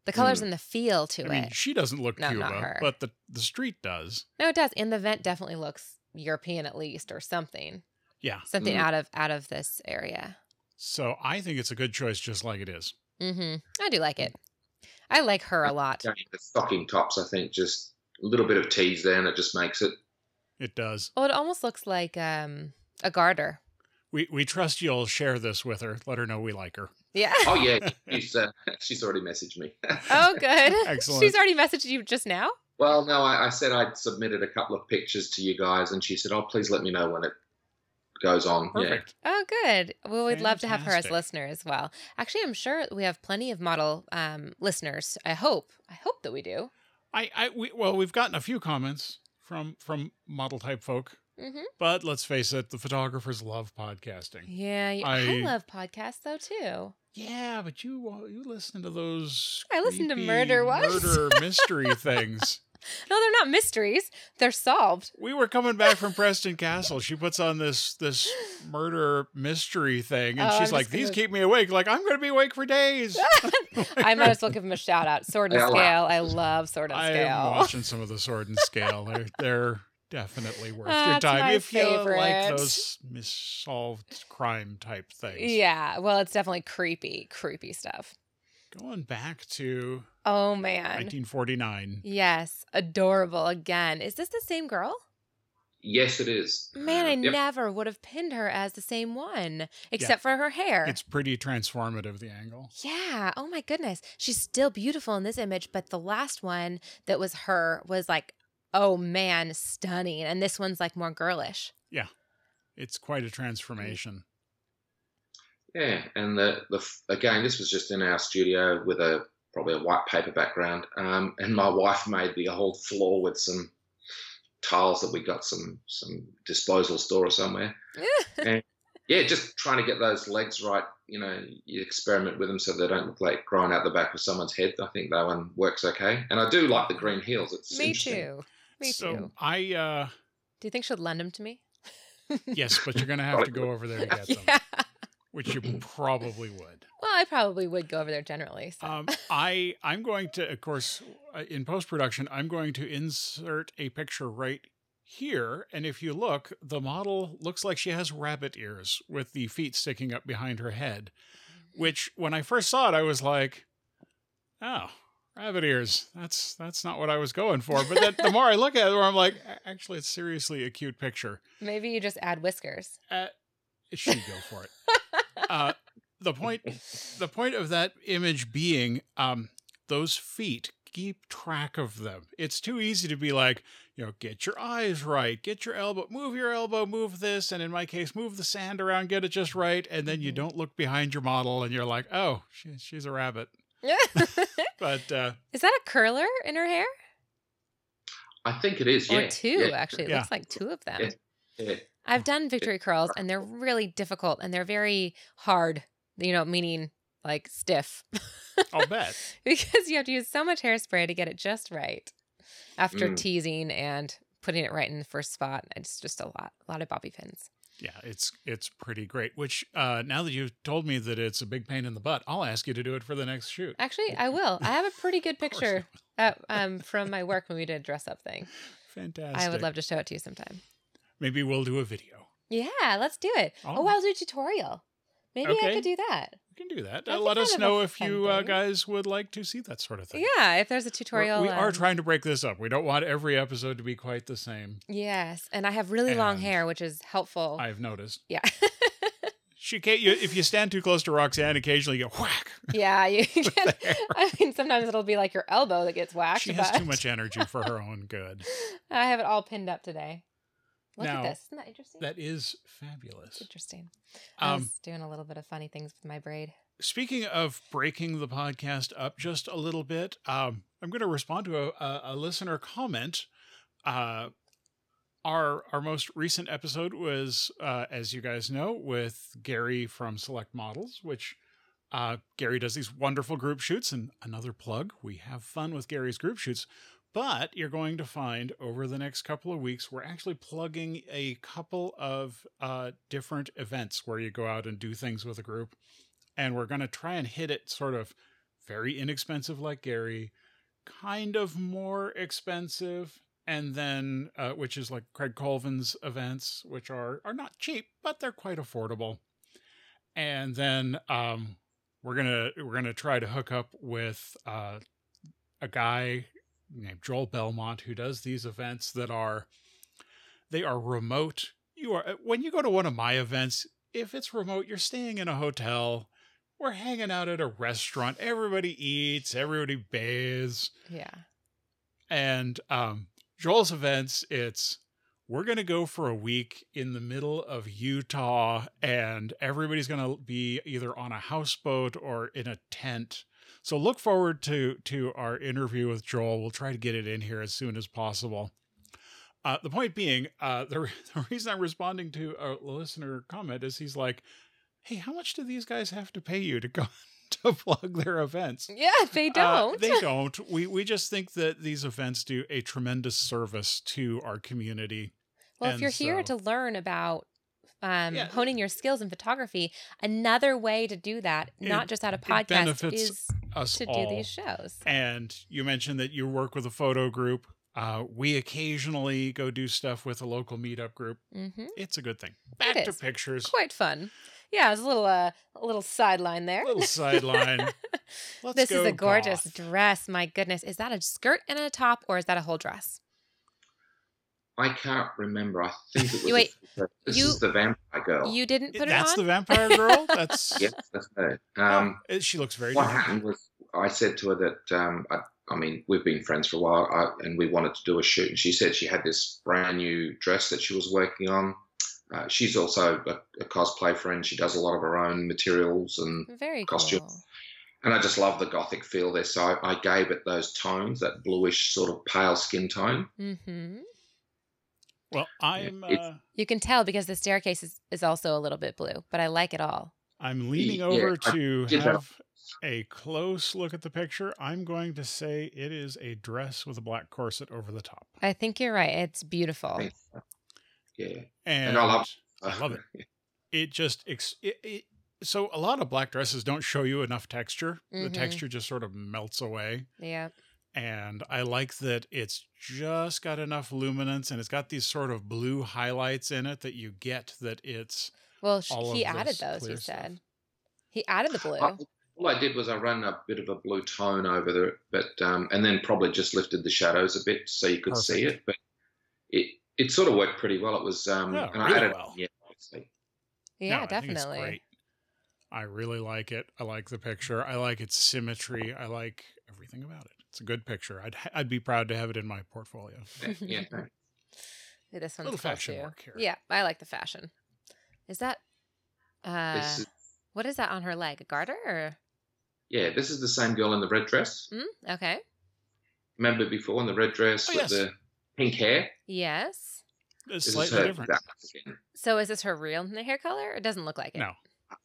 Speaker 1: the colors and the feel to
Speaker 2: I
Speaker 1: it.
Speaker 2: mean, she doesn't look
Speaker 1: No, not
Speaker 2: Cuba,
Speaker 1: her.
Speaker 2: but the the street does.
Speaker 1: no, it does, and the vent definitely looks European at least, or something,
Speaker 2: Yeah. Mm-hmm.
Speaker 1: something
Speaker 3: Mm.
Speaker 1: out of out of this area.
Speaker 2: So I think it's a good choice, just like it is.
Speaker 1: Mm-hmm. I do
Speaker 2: Mm.
Speaker 1: like it. I like her a lot.
Speaker 3: Yeah, the stocking tops, I think, just a little bit of tease there, and it just makes it.
Speaker 2: It does.
Speaker 1: Oh, it almost looks like um a garter.
Speaker 2: We we trust you'll share this with her. Let her know we like her.
Speaker 1: Yeah.
Speaker 3: Oh yeah, she's uh, she's already messaged me.
Speaker 1: Oh, good. She's
Speaker 2: Excellent.
Speaker 1: already messaged you just now.
Speaker 3: well, no, I, I said I'd submitted a couple of pictures to you guys, and she said, "Oh, please let me know when it goes on."
Speaker 2: Perfect.
Speaker 1: Oh, good. Well, we'd love to have her as
Speaker 2: Fantastic.
Speaker 1: a listener as well. Actually, I'm sure we have plenty of model um, listeners. I hope. I hope that we do.
Speaker 2: I I we, well, we've gotten a few comments from from model type folk,
Speaker 1: hmm
Speaker 2: but let's face it, the photographers love podcasting.
Speaker 1: Yeah, you, I,
Speaker 2: I-
Speaker 1: love podcasts though too.
Speaker 2: Yeah, but you uh, you listen to those.
Speaker 1: I listen to
Speaker 2: creepy
Speaker 1: murder wives.
Speaker 2: murder mystery things.
Speaker 1: No, they're not mysteries. They're solved.
Speaker 2: We were coming back from Preston Castle. She puts on this this murder mystery thing, and
Speaker 1: Oh,
Speaker 2: she's
Speaker 1: I'm
Speaker 2: like,
Speaker 1: just gonna- Ah,
Speaker 2: "These keep me awake." Like I'm going to be awake for days.
Speaker 1: I might as well give them a shout out. Sword and
Speaker 3: Yeah,
Speaker 1: Scale.
Speaker 3: wow.
Speaker 1: I love Sword and
Speaker 2: I am
Speaker 1: Scale.
Speaker 2: watching some of the Sword and Scale. They're they're definitely worth your
Speaker 1: That's Ah, my
Speaker 2: time if you
Speaker 1: favorite.
Speaker 2: like those missolved crime type things.
Speaker 1: Yeah, well, it's definitely creepy, creepy stuff.
Speaker 2: going back to
Speaker 1: Oh man.
Speaker 2: 1949.
Speaker 1: Yes, adorable again. Is this the same girl?
Speaker 3: Yeah. Yes, it is.
Speaker 1: Man, I
Speaker 3: Yep.
Speaker 1: never would have pinned her as the same one, except for her hair.
Speaker 2: It's pretty transformative. The angle.
Speaker 1: yeah. Oh my goodness. She's still beautiful in this image, but the last one that was her was like, oh man, stunning. And this one's like more girlish.
Speaker 2: It's quite a transformation.
Speaker 3: Yeah, and the the f- again, this was just in our studio with a probably a white paper background, um, and my wife made the whole floor with some tiles that we got some some disposal store or somewhere. Yeah, just trying to get those legs right. You know, you experiment with them so they don't look like growing out the back of someone's head. I think that one works okay, and I do like the green heels. It's
Speaker 1: Me
Speaker 3: interesting.
Speaker 1: too. Me
Speaker 2: so
Speaker 1: too.
Speaker 2: I uh
Speaker 1: Do you think she'll lend them to me?
Speaker 2: yes, but you're gonna have to go over there to get them,
Speaker 1: yeah.
Speaker 2: which you probably would.
Speaker 1: Well, I probably would go over there generally. So.
Speaker 2: um, I I'm going to, of course, uh, in post production, I'm going to insert a picture right here, and if you look, the model looks like she has rabbit ears with the feet sticking
Speaker 1: Mm-hmm.
Speaker 2: up behind her head. Which, when I first saw it, I was like, "Oh, rabbit ears. That's that's not what I was going for. But that, the more I look at it, the more I'm like, actually, it's seriously a cute picture.
Speaker 1: Maybe you just add whiskers.
Speaker 2: Uh, she go for it. uh, the point, the point of that image being, um, those feet. Keep track of them. It's too easy to be like, you know, get your eyes right, get your elbow, move your elbow, move this, and in my case, move the sand around, get it just right, and then
Speaker 1: Mm-hmm.
Speaker 2: you don't look behind your model, and you're like, oh, she, she's a rabbit. But uh,
Speaker 1: is that a curler in her hair?
Speaker 3: I think it is.
Speaker 1: Or
Speaker 3: yeah.
Speaker 1: two,
Speaker 3: yeah.
Speaker 1: actually. It
Speaker 2: Yeah.
Speaker 1: looks like two of them.
Speaker 3: Yeah. Yeah.
Speaker 1: I've done victory curls and they're really difficult and they're very hard, you know, meaning like stiff
Speaker 2: I'll bet.
Speaker 1: because you have to use so much hairspray to get it just right after
Speaker 3: Mm.
Speaker 1: teasing and putting it right in the first spot. It's just a lot, a lot of bobby pins.
Speaker 2: Yeah, it's it's pretty great. Which uh, now that you've told me that it's a big pain in the butt, I'll ask you to do it for the next shoot.
Speaker 1: Actually, I will. I have a pretty good
Speaker 2: Mm-hmm. Of course you
Speaker 1: picture uh, um, from my work when we did a dress up thing.
Speaker 2: Fantastic.
Speaker 1: I would love to show it to you sometime.
Speaker 2: Maybe we'll do a video.
Speaker 1: Yeah, let's do it.
Speaker 2: Oh.
Speaker 1: Oh, I'll do a tutorial. Maybe I
Speaker 2: Okay.
Speaker 1: could do that.
Speaker 2: We can do that.
Speaker 1: That's
Speaker 2: Uh, let
Speaker 1: kind
Speaker 2: us
Speaker 1: of a
Speaker 2: know if
Speaker 1: fun
Speaker 2: you uh,
Speaker 1: thing.
Speaker 2: guys would like to see that sort of thing.
Speaker 1: Yeah, if there's a
Speaker 2: We're-
Speaker 1: tutorial.
Speaker 2: we are
Speaker 1: um,
Speaker 2: trying to break this up. We don't want every episode to be quite the same.
Speaker 1: Yes, and I have really long
Speaker 2: And
Speaker 1: hair, which is helpful.
Speaker 2: I've noticed.
Speaker 1: yeah,
Speaker 2: She can't. You, if you stand too close to Roxanne, occasionally you go whack.
Speaker 1: yeah. You can,
Speaker 2: hair.
Speaker 1: I mean, sometimes it'll be like your elbow that gets whacked.
Speaker 2: she has
Speaker 1: but
Speaker 2: too much energy for her own good.
Speaker 1: I have it all pinned up today. Look
Speaker 2: Now,
Speaker 1: at this. Isn't that interesting?
Speaker 2: That is
Speaker 1: It's
Speaker 2: fabulous.
Speaker 1: interesting. I
Speaker 2: Um,
Speaker 1: was doing a little bit of funny things with my braid.
Speaker 2: speaking of breaking the podcast up just a little bit, um, I'm going to respond to a, a, a listener comment. Uh, our our most recent episode was, uh, as you guys know, with Gary from Select Models, which uh, Gary does these wonderful group shoots. And another plug: we have fun with Gary's group shoots. But you're going to find over the next couple of weeks, we're actually plugging a couple of uh, different events where you go out and do things with a group and we're going to try and hit it sort of very inexpensive like gary kind of more expensive and then uh, which is like craig colvin's events which are are not cheap but they're quite affordable and then um we're gonna we're gonna try to hook up with uh a guy named joel belmont who does these events that are they are remote you are when you go to one of my events if it's remote you're staying in a hotel we're hanging out at a restaurant everybody eats everybody bathes
Speaker 1: Yeah,
Speaker 2: and um, Joel's events, it's we're going to go for a week in the middle of Utah, and everybody's going to be either on a houseboat or in a tent. So look forward to to our interview with Joel. We'll try to get it in here as soon as possible. Uh, the point being, uh, the, re- the reason I'm responding to a listener comment is he's like, "Hey, how much do these guys have to pay you to go to plug their events?"
Speaker 1: yeah. They
Speaker 2: Uh,
Speaker 1: don't.
Speaker 2: they don't. We we just think that these events do a tremendous service to our community.
Speaker 1: Well, if
Speaker 2: And
Speaker 1: you're here
Speaker 2: so-
Speaker 1: to learn about um,
Speaker 2: Yeah.
Speaker 1: honing your skills in photography, another way to do that,
Speaker 2: It-
Speaker 1: not just out of
Speaker 2: it
Speaker 1: podcast,
Speaker 2: benefits
Speaker 1: is
Speaker 2: Us
Speaker 1: to
Speaker 2: all.
Speaker 1: do these shows.
Speaker 2: And you mentioned that you work with a photo group. Uh, we occasionally go do stuff with a local meetup group.
Speaker 1: Mm-hmm.
Speaker 2: It's a good thing. Back to
Speaker 1: is.
Speaker 2: pictures.
Speaker 1: Quite fun. Yeah, it was a little uh, a little sideline there.
Speaker 2: Little sideline. Let's
Speaker 1: this is
Speaker 2: go
Speaker 1: a gorgeous
Speaker 2: goth.
Speaker 1: dress. My goodness, is that a skirt and a top, or is that a whole dress?
Speaker 3: I can't remember. I think it was.
Speaker 1: Wait,
Speaker 3: this
Speaker 1: you-
Speaker 3: is the vampire girl.
Speaker 1: You didn't put it
Speaker 2: That's
Speaker 1: on.
Speaker 2: the vampire girl. That's
Speaker 3: yes, that's her. Um,
Speaker 2: Oh, she looks very
Speaker 3: what
Speaker 2: different.
Speaker 3: happened was I said to her that um, I, I mean we've been friends for a while, I, and we wanted to do a shoot, and she said she had this brand new dress that she was working on. Uh, she's also a, a cosplay friend. She does a lot of her own materials, and
Speaker 1: Very
Speaker 3: costume.
Speaker 1: cool.
Speaker 3: and I just love the gothic feel there. So I, I gave it those tones, that bluish sort of pale skin tone.
Speaker 1: hmm
Speaker 2: Well, I'm
Speaker 3: It's-
Speaker 2: uh,
Speaker 1: You can tell because the staircase is, is also a little bit blue, but I like it all.
Speaker 2: I'm leaning
Speaker 3: Yeah,
Speaker 2: over
Speaker 3: I
Speaker 2: to
Speaker 3: did that.
Speaker 2: have a close look at the picture. I'm going to say it is a dress with a black corset over the top.
Speaker 1: I think you're right. It's beautiful.
Speaker 3: Thanks. Yeah,
Speaker 2: And,
Speaker 3: I love-
Speaker 2: I love it. It just ex- it, it, so a lot of black dresses don't show you enough texture. The
Speaker 1: Mhm.
Speaker 2: texture just sort of melts away.
Speaker 1: Yeah.
Speaker 2: And I like that it's just got enough luminance and it's got these sort of blue highlights in it that you get that it's
Speaker 1: Well, sh-
Speaker 2: all
Speaker 1: he
Speaker 2: of
Speaker 1: added
Speaker 2: this
Speaker 1: those. He
Speaker 2: clear stuff.
Speaker 1: said he added the blue.
Speaker 3: I- all I did was I ran a bit of a blue tone over the, but um, and then probably just lifted the shadows a bit so you could
Speaker 2: Perfect.
Speaker 3: see it. But it it sort of worked pretty well. It was um,
Speaker 2: Yeah,
Speaker 3: and I
Speaker 2: really
Speaker 3: added
Speaker 2: well.
Speaker 3: yeah, obviously.
Speaker 1: Yeah,
Speaker 2: No, I think it's
Speaker 1: definitely.
Speaker 2: great. I really like it. I like the picture. I like its symmetry. I like everything about it. It's a good picture. I'd I'd be proud to have it in my portfolio.
Speaker 3: yeah.
Speaker 1: Yeah, This one's
Speaker 2: Little
Speaker 1: cool
Speaker 2: fashion
Speaker 1: too.
Speaker 2: work here.
Speaker 1: Yeah, I like the fashion. Is that uh
Speaker 3: This is,
Speaker 1: what is that on her leg? A garter or
Speaker 3: yeah, this is the same girl in the red dress.
Speaker 1: mm? okay.
Speaker 3: Remember before in the red dress
Speaker 2: Oh,
Speaker 3: with
Speaker 2: yes.
Speaker 3: the pink hair?
Speaker 1: Yes.
Speaker 2: It's
Speaker 3: This is
Speaker 2: slightly
Speaker 3: her-
Speaker 2: different.
Speaker 3: that again.
Speaker 1: So is this her real n- hair color? It doesn't look like it.
Speaker 2: No,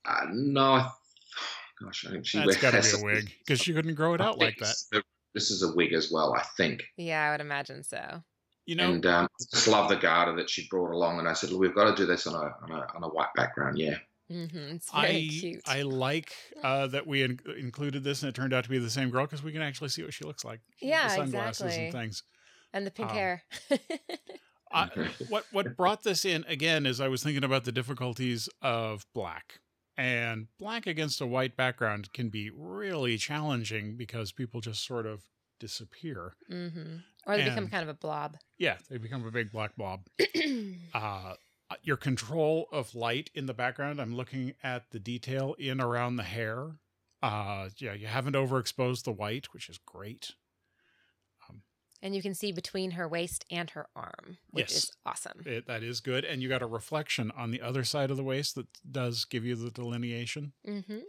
Speaker 3: Uh, no, I, gosh, I think she
Speaker 2: that's got to be
Speaker 3: wears
Speaker 2: a wig because she couldn't grow it
Speaker 3: I
Speaker 2: out like
Speaker 3: think
Speaker 2: that.
Speaker 3: it's- This is a wig as well, I think.
Speaker 1: Yeah, I would imagine so.
Speaker 2: You know,
Speaker 3: And um, I just love the garter that she brought along. And I said, "Look, we've got to do this on a, on a, on a white background. Yeah.
Speaker 1: Mm-hmm. It's very
Speaker 2: I
Speaker 1: cute.
Speaker 2: I like uh, that we in- included this and it turned out to be the same girl because we can actually see what she looks like. with
Speaker 1: Yeah,
Speaker 2: the sunglasses
Speaker 1: exactly.
Speaker 2: and things.
Speaker 1: and the pink
Speaker 2: um,
Speaker 1: hair.
Speaker 2: I,
Speaker 3: Mhm.
Speaker 2: what what brought this in again is I was thinking about the difficulties of black. And black against a white background can be really challenging because people just sort of disappear.
Speaker 1: mm-hmm. Or they become
Speaker 2: and-
Speaker 1: kind of a blob.
Speaker 2: Yeah, they become a big black blob. Uh, your control of light in the background, I'm looking at the detail in around the hair. Uh, yeah, you haven't overexposed the white, which is great.
Speaker 1: and you can see between her waist and her arm, which
Speaker 2: Yes.
Speaker 1: is awesome.
Speaker 2: It, that is good. And you got a reflection on the other side of the waist that does give you the delineation.
Speaker 1: Mm-hmm.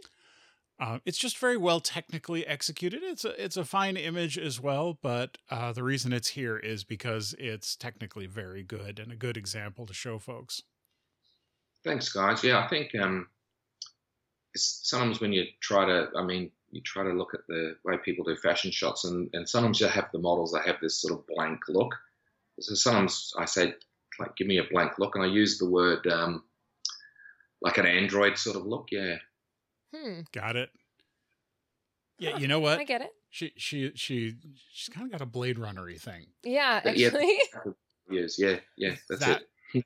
Speaker 2: Uh, it's just very well technically executed. It's a it's a fine image as well, but uh, the reason it's here is because it's technically very good and a good example to show folks.
Speaker 3: Thanks, guys. Yeah, I think um, it's, sometimes when you try to, I mean, you try to look at the way people do fashion shots, and, and sometimes you have the models that have this sort of blank look. So sometimes I say, like, give me a blank look, and I use the word um, like an android sort of look. Yeah.
Speaker 1: Hmm.
Speaker 2: Got it? Yeah,
Speaker 1: Huh,
Speaker 2: you know
Speaker 1: I
Speaker 2: what?
Speaker 1: get it.
Speaker 2: She she she she's kind of got a Blade Runnery thing.
Speaker 1: Yeah,
Speaker 3: But yeah,
Speaker 1: actually.
Speaker 3: Yes. Yeah. Yeah. That's
Speaker 2: that,
Speaker 3: it.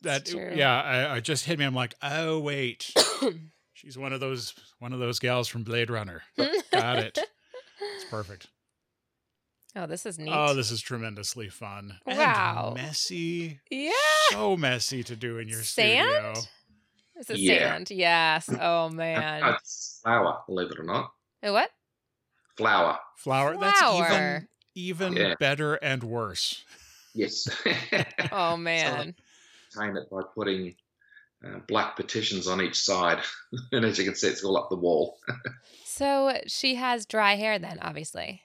Speaker 2: That
Speaker 1: It's true.
Speaker 2: yeah, I, I just hit me. I'm like, oh wait, she's one of those one of those gals from Blade Runner. Got it. It's perfect.
Speaker 1: Oh, this is neat.
Speaker 2: Oh, this is tremendously fun. And
Speaker 1: Wow.
Speaker 2: messy.
Speaker 1: yeah.
Speaker 2: so messy to do in your
Speaker 1: Sand?
Speaker 2: studio.
Speaker 1: It's a
Speaker 3: Yeah.
Speaker 1: sand. Yes. Oh man.
Speaker 3: It's flour, believe it or not.
Speaker 1: Uh, what?
Speaker 3: Flour.
Speaker 2: Flower. That's
Speaker 1: Flower.
Speaker 2: even even
Speaker 3: Yeah.
Speaker 2: better and worse.
Speaker 3: Yes.
Speaker 1: Oh man.
Speaker 3: Contain it by putting uh, black petitions on each side, and as you can see, it's all up the wall.
Speaker 1: So she has dry hair then, obviously,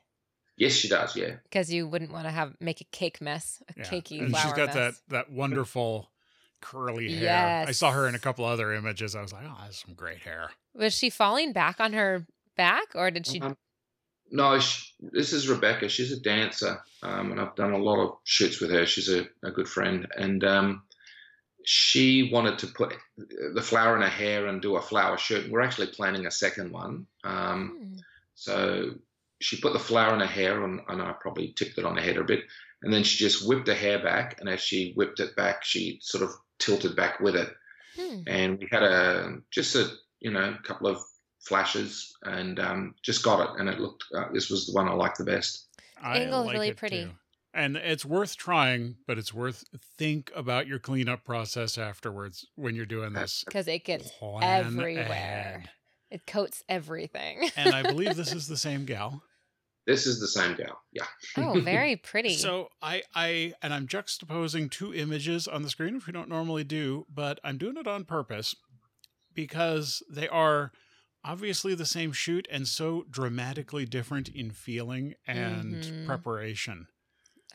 Speaker 3: yes, she does. Yeah.
Speaker 1: because you wouldn't want to have make a cake mess, a
Speaker 2: Yeah.
Speaker 1: cakey
Speaker 2: And
Speaker 1: flower
Speaker 2: she's got that
Speaker 1: mess.
Speaker 2: that wonderful curly hair. I
Speaker 1: Yes.
Speaker 2: saw her in a couple other images. I was like, oh, that's some great hair.
Speaker 1: Was she falling back on her back, or did she?
Speaker 3: Um, no, sh this is Rebecca. She's a dancer, um, and I've done a lot of shoots with her. She's a, a good friend, and um, she wanted to put the flower in her hair and do a flower shoot. We're actually planning a second one. Um,
Speaker 1: Hmm.
Speaker 3: So she put the flower in her hair, and, and I probably tipped it on her head a bit. And then she just whipped her hair back, and as she whipped it back, she sort of tilted back with it.
Speaker 1: Hmm.
Speaker 3: And we had a just a you know couple of flashes, and um, just got it. And it looked uh, this was the one I liked the best.
Speaker 2: I
Speaker 1: Angle's
Speaker 2: like
Speaker 1: really
Speaker 2: it,
Speaker 1: pretty.
Speaker 2: too. And it's worth trying, but it's worth think about your cleanup process afterwards when you're doing this.
Speaker 1: Because it gets
Speaker 2: Plan
Speaker 1: everywhere.
Speaker 2: ahead.
Speaker 1: it coats everything.
Speaker 2: and I believe this is the same gal.
Speaker 3: This is the same gal, yeah.
Speaker 1: oh, very pretty.
Speaker 2: So I, I, and I'm juxtaposing two images on the screen, which we don't normally do, but I'm doing it on purpose because they are obviously the same shoot and so dramatically different in feeling and
Speaker 1: Mhm.
Speaker 2: preparation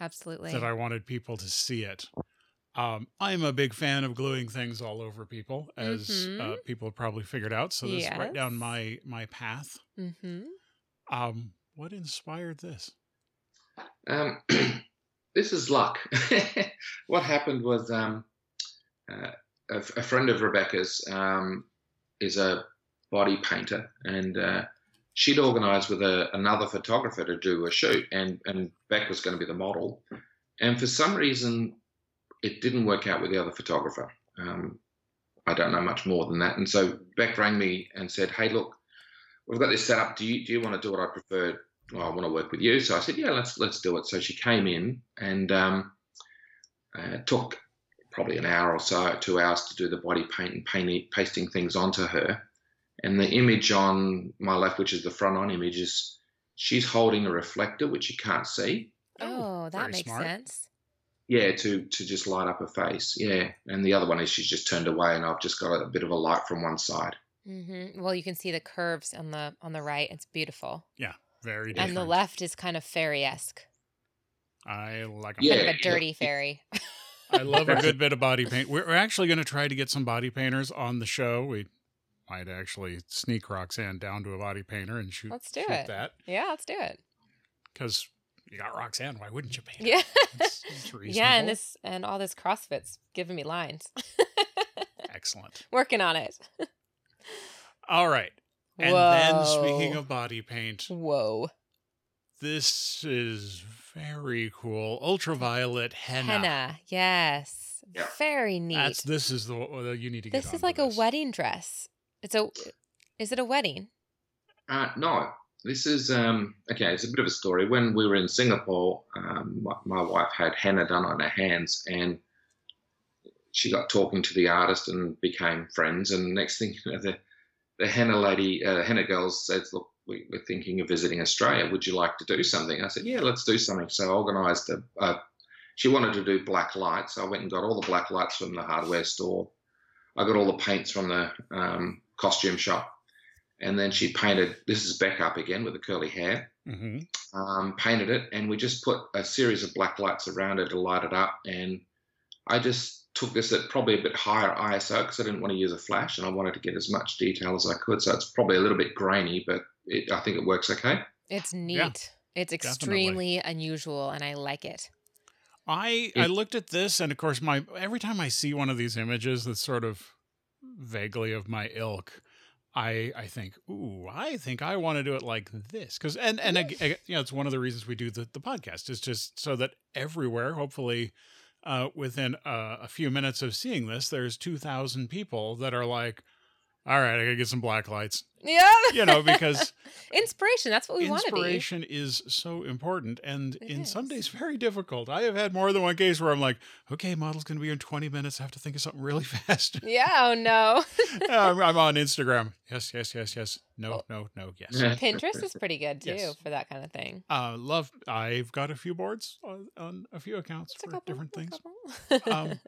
Speaker 1: Absolutely.
Speaker 2: that I wanted people to see it. Um, I'm a big fan of gluing things all over people, as uh, people have probably figured out. So this is right down
Speaker 1: Mm-hmm. Yes.
Speaker 2: my my path.
Speaker 1: mm-hmm.
Speaker 2: Um, what inspired this?
Speaker 3: Um, this is luck. what happened was um, uh, a, f- a friend of Rebecca's um, is a body painter, and uh, she'd organised with a, another photographer to do a shoot, and and Beck was going to be the model, and for some reason, it didn't work out with the other photographer. Um, I don't know much more than that, and so Beck rang me and said, "Hey, look." we've got this set up. Do you do you want to do it? I prefer. Well, I want to work with you. So I said, yeah, let's let's do it. So she came in and um, uh, took probably an hour or so, two hours to do the body paint and painting, pasting things onto her. And the image on my left, which is the front on image, is she's holding a reflector which you can't see.
Speaker 1: Oh, that
Speaker 2: very
Speaker 1: makes
Speaker 2: smart.
Speaker 1: sense.
Speaker 3: Yeah, to to just light up her face. Yeah, and the other one is she's just turned away, and I've just got a bit of a light from one side.
Speaker 1: hmm Well, you can see the curves on the on the right. It's beautiful,
Speaker 2: Very different.
Speaker 1: and the left is kind of fairy esque,
Speaker 2: I like 'em.
Speaker 1: kind of
Speaker 3: Yeah,
Speaker 1: a dirty fairy.
Speaker 2: I love a good bit of body paint. We're we're actually going to try to get some body painters on the show. We might actually sneak Roxanne down to a body painter and shoot,
Speaker 1: Let's do
Speaker 2: shoot
Speaker 1: it.
Speaker 2: that
Speaker 1: yeah, let's do it.
Speaker 2: because you got Roxanne. Why wouldn't you paint? it?
Speaker 1: Yeah,
Speaker 2: It's, it's reasonable.
Speaker 1: yeah, and this and all this CrossFit's giving me lines.
Speaker 2: excellent.
Speaker 1: Working on it.
Speaker 2: All right. And then speaking
Speaker 1: Whoa.
Speaker 2: of body paint,
Speaker 1: whoa
Speaker 2: this is very cool. Ultraviolet henna.
Speaker 1: henna, yes,
Speaker 3: Yeah.
Speaker 1: very neat.
Speaker 2: That's this is the well, you need to get.
Speaker 1: this is
Speaker 2: onto
Speaker 1: like a
Speaker 2: this.
Speaker 1: wedding dress. It's a. Is it a wedding?
Speaker 3: Uh, no, this is um, okay. It's a bit of a story. When we were in Singapore, um, my, my wife had henna done on her hands, and she got talking to the artist and became friends. And next thing you know, the the henna lady, uh, henna girls said, "Look, we, we're thinking of visiting Australia. Would you like to do something?" I said, "Yeah, let's do something." So I organised a. Uh, she wanted to do black lights. I went and got all the black lights from the hardware store. I got all the paints from the um, costume shop and then she painted this is back up again with the curly hair
Speaker 2: Mhm.
Speaker 3: um, painted it and we just put a series of black lights around it to light it up and i just took this at probably a bit higher iso because i didn't want to use a flash and i wanted to get as much detail as i could so it's probably a little bit grainy but it, i think it works okay
Speaker 1: It's neat.
Speaker 2: Yeah,
Speaker 1: it's extremely unusual, and I like it.
Speaker 2: I I looked at this, and of course, my every time I see one of these images that's sort of vaguely of my ilk, I I think, ooh, I think I want to do it like this because and and ag- ag- you know, it's one of the reasons we do the the podcast is just so that everywhere, hopefully. Uh, within uh, a few minutes of seeing this, there's 2,000 people that are like, all right, I gotta get some black lights,
Speaker 1: Yeah,
Speaker 2: you know, because
Speaker 1: inspiration. That's what we want to be.
Speaker 2: inspiration is so important and
Speaker 1: It
Speaker 2: in some
Speaker 1: is.
Speaker 2: days very difficult. I have had more than one case where I'm like, okay, model's going to be here in 20 minutes. I have to think of something really fast.
Speaker 1: Yeah. Oh no.
Speaker 2: I'm, I'm on Instagram. Yes, yes, yes, yes. No, no, no, yes.
Speaker 1: Pinterest is pretty good too
Speaker 2: Yes.
Speaker 1: for that kind of thing.
Speaker 2: Uh, love, I've got a few boards on, on a few accounts
Speaker 1: It's a
Speaker 2: for
Speaker 1: couple,
Speaker 2: different
Speaker 1: a
Speaker 2: things.
Speaker 1: couple.
Speaker 2: um,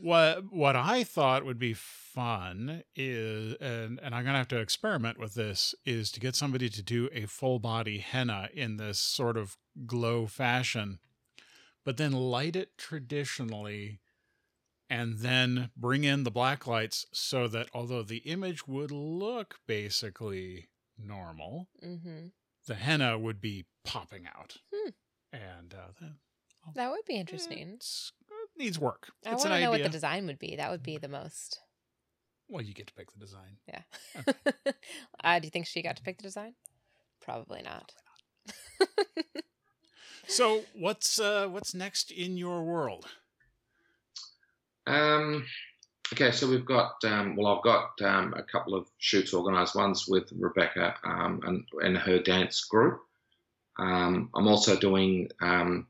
Speaker 2: what what I thought would be fun is, and and I'm gonna have to experiment with this, is to get somebody to do a full body henna in this sort of glow fashion, but then light it traditionally, and then bring in the black lights so that although the image would look basically normal,
Speaker 1: hmm
Speaker 2: the henna would be popping out,
Speaker 1: Hmm.
Speaker 2: and uh, that
Speaker 1: That would be interesting.
Speaker 2: it's- it needs work.
Speaker 1: I
Speaker 2: eh, it's
Speaker 1: want
Speaker 2: an
Speaker 1: to know
Speaker 2: idea.
Speaker 1: what the design would be. That would be the most.
Speaker 2: Well, you get to pick the design.
Speaker 1: Yeah. uh, do you think she got to pick the design? Probably not.
Speaker 2: So, what's uh, what's next in your world?
Speaker 3: Um, okay, so we've got um, well, I've got um, a couple of shoots organised. One's with Rebecca um, and, and her dance group. Um, I'm also doing um,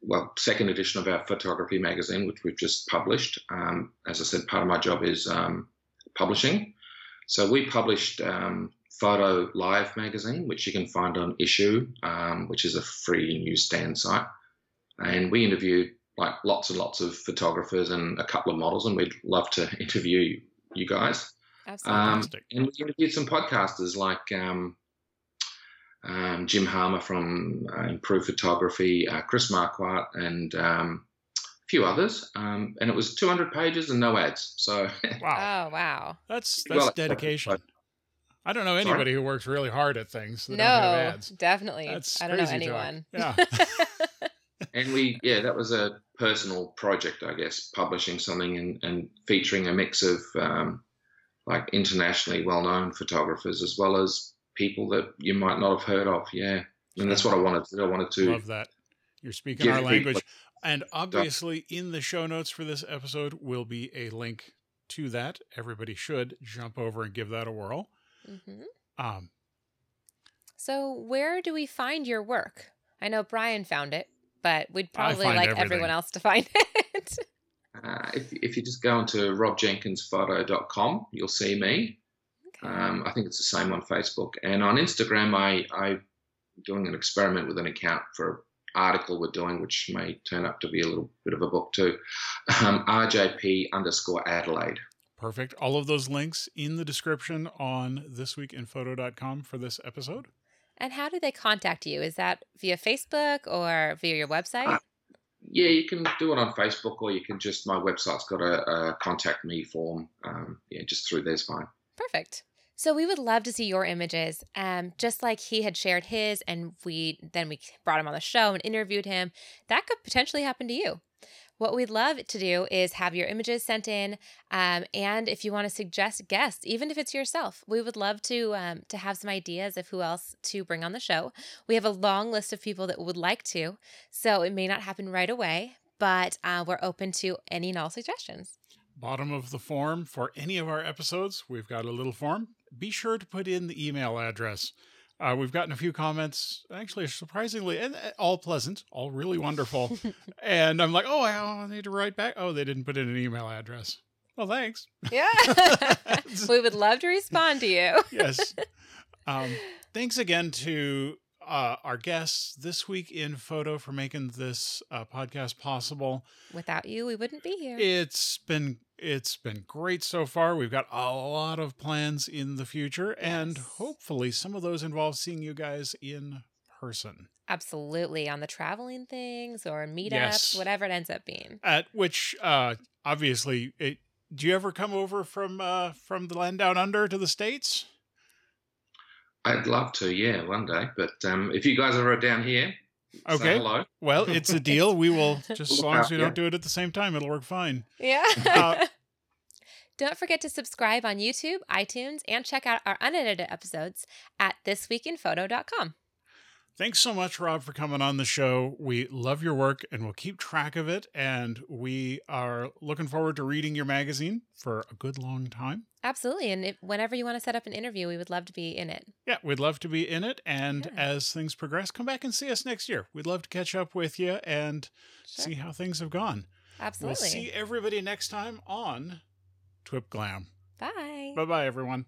Speaker 3: well, second edition of our photography magazine, which we've just published. Um, as I said, part of my job is um, publishing. So we published um, Photo Live magazine, which you can find on Issue, um, which is a free newsstand site. And we interviewed like lots and lots of photographers and a couple of models, and we'd love to interview you guys. Um,
Speaker 1: Absolutely.
Speaker 2: Fantastic.
Speaker 3: and we interviewed some podcasters like um, um, Jim Harmer from uh, Improved Photography, uh, Chris Marquardt, and um, a few others. Um, and it was 200 pages and no ads. So
Speaker 2: Wow,
Speaker 1: oh wow.
Speaker 2: that's
Speaker 3: Well,
Speaker 2: that's
Speaker 3: it's-
Speaker 2: dedication. I don't know
Speaker 3: Sorry?
Speaker 2: anybody who works really hard at things. That
Speaker 1: no,
Speaker 2: don't have ads.
Speaker 1: definitely.
Speaker 2: That's
Speaker 1: I don't know
Speaker 2: crazy talk.
Speaker 1: anyone.
Speaker 2: Yeah.
Speaker 3: and we yeah that was a personal project i guess publishing something and, and featuring a mix of um, like internationally well-known photographers as well as people that you might not have heard of yeah and that's what i wanted to do i wanted to
Speaker 2: Love that. You're speaking
Speaker 3: give
Speaker 2: our
Speaker 3: people-
Speaker 2: language. And obviously, in the show notes for this episode will be a link to that. Everybody should jump over and give that a whirl.
Speaker 1: hmm
Speaker 2: Um,
Speaker 1: So, where do we find your work? I know Brian found it, but we'd probably
Speaker 2: find
Speaker 1: like
Speaker 2: everything.
Speaker 1: everyone else to find it.
Speaker 3: Uh, if, if you just go onto robjenkinsphoto.com, you'll see me.
Speaker 1: okay.
Speaker 3: Um, I think it's the same on Facebook. And on Instagram, I, I'm doing an experiment with an account for an article we're doing, which may turn up to be a little bit of a book too. Um, RJP underscore Adelaide.
Speaker 2: perfect. All of those links in the description on thisweekinphoto.com for this episode.
Speaker 1: And how do they contact you? Is that via Facebook or via your website?
Speaker 3: Uh, Yeah, you can do it on Facebook or you can just, my website's got a, a contact me form. Um, yeah, just through there's fine.
Speaker 1: Perfect. So we would love to see your images, um, just like he had shared his, and we then we brought him on the show and interviewed him. That could potentially happen to you. What we'd love to do is have your images sent in, um, and if you want to suggest guests, even if it's yourself, we would love to um, to have some ideas of who else to bring on the show. We have a long list of people that would like to, so it may not happen right away, but uh, we're open to any and all suggestions.
Speaker 2: Bottom of the form for any of our episodes, we've got a little form. Be sure to put in the email address. Uh, we've gotten a few comments, actually, surprisingly, and uh, all pleasant, all really wonderful. and I'm like, oh, I need to write back. Oh, they didn't put in an email address. Well, thanks.
Speaker 1: Yeah. we would love to respond to you.
Speaker 2: yes. Um, thanks again to uh, our guests this week in photo for making this uh, podcast possible.
Speaker 1: Without you, we wouldn't be here.
Speaker 2: It's been it's been great so far. We've got a lot of plans in the future, and
Speaker 1: Yes.
Speaker 2: hopefully, some of those involve seeing you guys in person.
Speaker 1: Absolutely. On the traveling things or meetups,
Speaker 2: Yes.
Speaker 1: whatever it ends up being.
Speaker 2: At which, uh, obviously, it, do you ever come over from uh, from the land down under to the states?
Speaker 3: I'd love to, yeah, one day. But um, if you guys are down here,
Speaker 2: Okay.
Speaker 3: say hello.
Speaker 2: Well, it's a deal. We will just as long as we
Speaker 3: Yeah.
Speaker 2: don't do it at the same time, it'll work fine.
Speaker 1: Yeah.
Speaker 2: Uh,
Speaker 1: Don't forget to subscribe on YouTube, iTunes, and check out our unedited episodes at thisweekinphoto.com.
Speaker 2: Thanks so much, Rob, for coming on the show. We love your work and we'll keep track of it. And we are looking forward to reading your magazine for a good long time.
Speaker 1: Absolutely. And if, whenever you want to set up an interview, we would love to be in it.
Speaker 2: Yeah, we'd love to be in it. And
Speaker 1: Yeah.
Speaker 2: as things progress, come back and see us next year. We'd love to catch up with you and
Speaker 1: Sure.
Speaker 2: see how things have gone.
Speaker 1: Absolutely.
Speaker 2: We'll see everybody next time on Twip Glam.
Speaker 1: Bye.
Speaker 2: Bye bye, everyone.